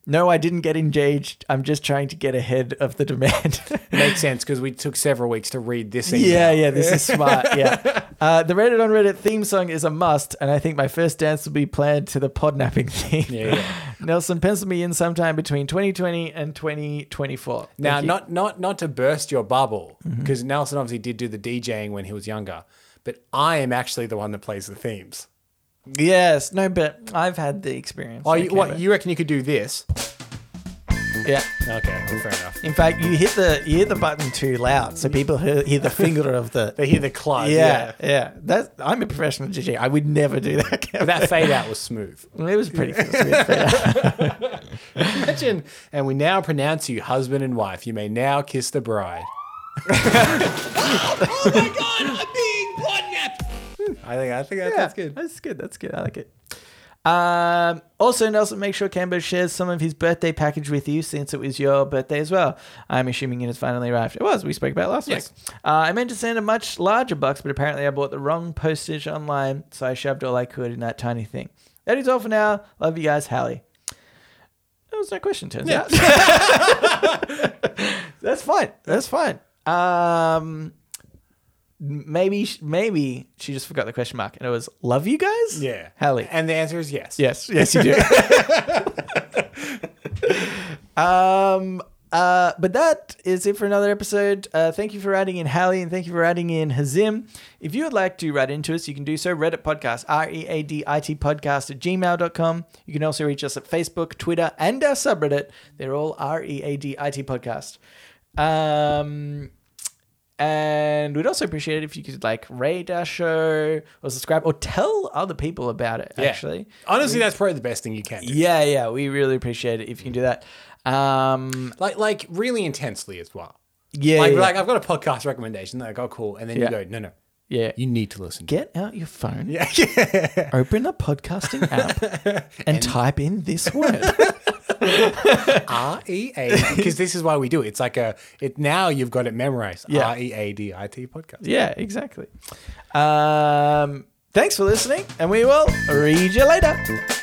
A: No, I didn't get engaged. I'm just trying to get ahead of the demand.
B: Makes sense because we took several weeks to read this. Email.
A: Yeah, yeah, this is smart. Yeah. Uh, the Reddit on Reddit theme song is a must, and I think my first dance will be planned to the podnapping theme.
B: Yeah, yeah.
A: Nelson, pencil me in sometime between 2020 and 2024. Thank
B: Now,
A: you. Mm-hmm.
B: not not not to burst your bubble, because Nelson obviously did do the DJing when he was younger, but I am actually the one that plays the themes.
A: Yes, no, but I've had the experience.
B: Oh, you,
A: Okay,
B: what
A: but-
B: you reckon you could do this?
A: Yeah.
B: Okay, well, fair enough.
A: In fact, you hit the you hit the button too loud, so people hear, hear the finger of the.
B: They hear the clod.
A: yeah, yeah. That's I'm a professional DJ. I would never do that.
B: But
A: Kevin.
B: that fade out was smooth.
A: it was pretty. Cool.
B: Imagine, and we now pronounce you husband and wife. You may now kiss the bride. oh my god, I'm being podnapped! I think I think that's good.
A: That's good. That's good. I like it. Um, also, Nelson, make sure Cambo shares some of his birthday package with you since it was your birthday as well. I'm assuming it has finally arrived. It was. We spoke about it last
B: Yes.
A: week. Uh, I meant to send a much larger box, but apparently I bought the wrong postage online, so I shoved all I could in that tiny thing. That is all for now. Love you guys, Hallie. That was no question, turns out. That's fine. That's fine. Um, maybe, maybe she just forgot the question mark, and it was "Love you guys."
B: Yeah.
A: Hallie.
B: And the answer is yes.
A: yes, yes, you do. um. Uh, but that is it for another episode. Uh, thank you for writing in Hallie and thank you for writing in Hazim. If you would like to write into us, you can do so. Reddit podcast, R E A D I T podcast at gmail.com. You can also reach us at Facebook, Twitter, and our subreddit. They're all R E A D I T podcast. Um, and we'd also appreciate it if you could like rate our show or subscribe or tell other people about it,
B: Yeah.
A: actually.
B: Honestly, that's probably the best thing you can do.
A: Yeah, yeah. We really appreciate it if you can do that. Um,
B: Like like really intensely as well.
A: yeah.
B: like
A: yeah,
B: like I've got a podcast recommendation. Like, oh cool. And then
A: Yeah.
B: you go, no, no.
A: yeah.
B: You need to listen.
A: Get out your phone,
B: yeah, yeah.
A: open the podcasting app, and, type in this word.
B: R E A because this is why we do it. It's like a it now you've got it memorized.
A: Yeah.
B: R E A D I T podcast.
A: yeah, exactly. Um, thanks for listening, and we will read you later.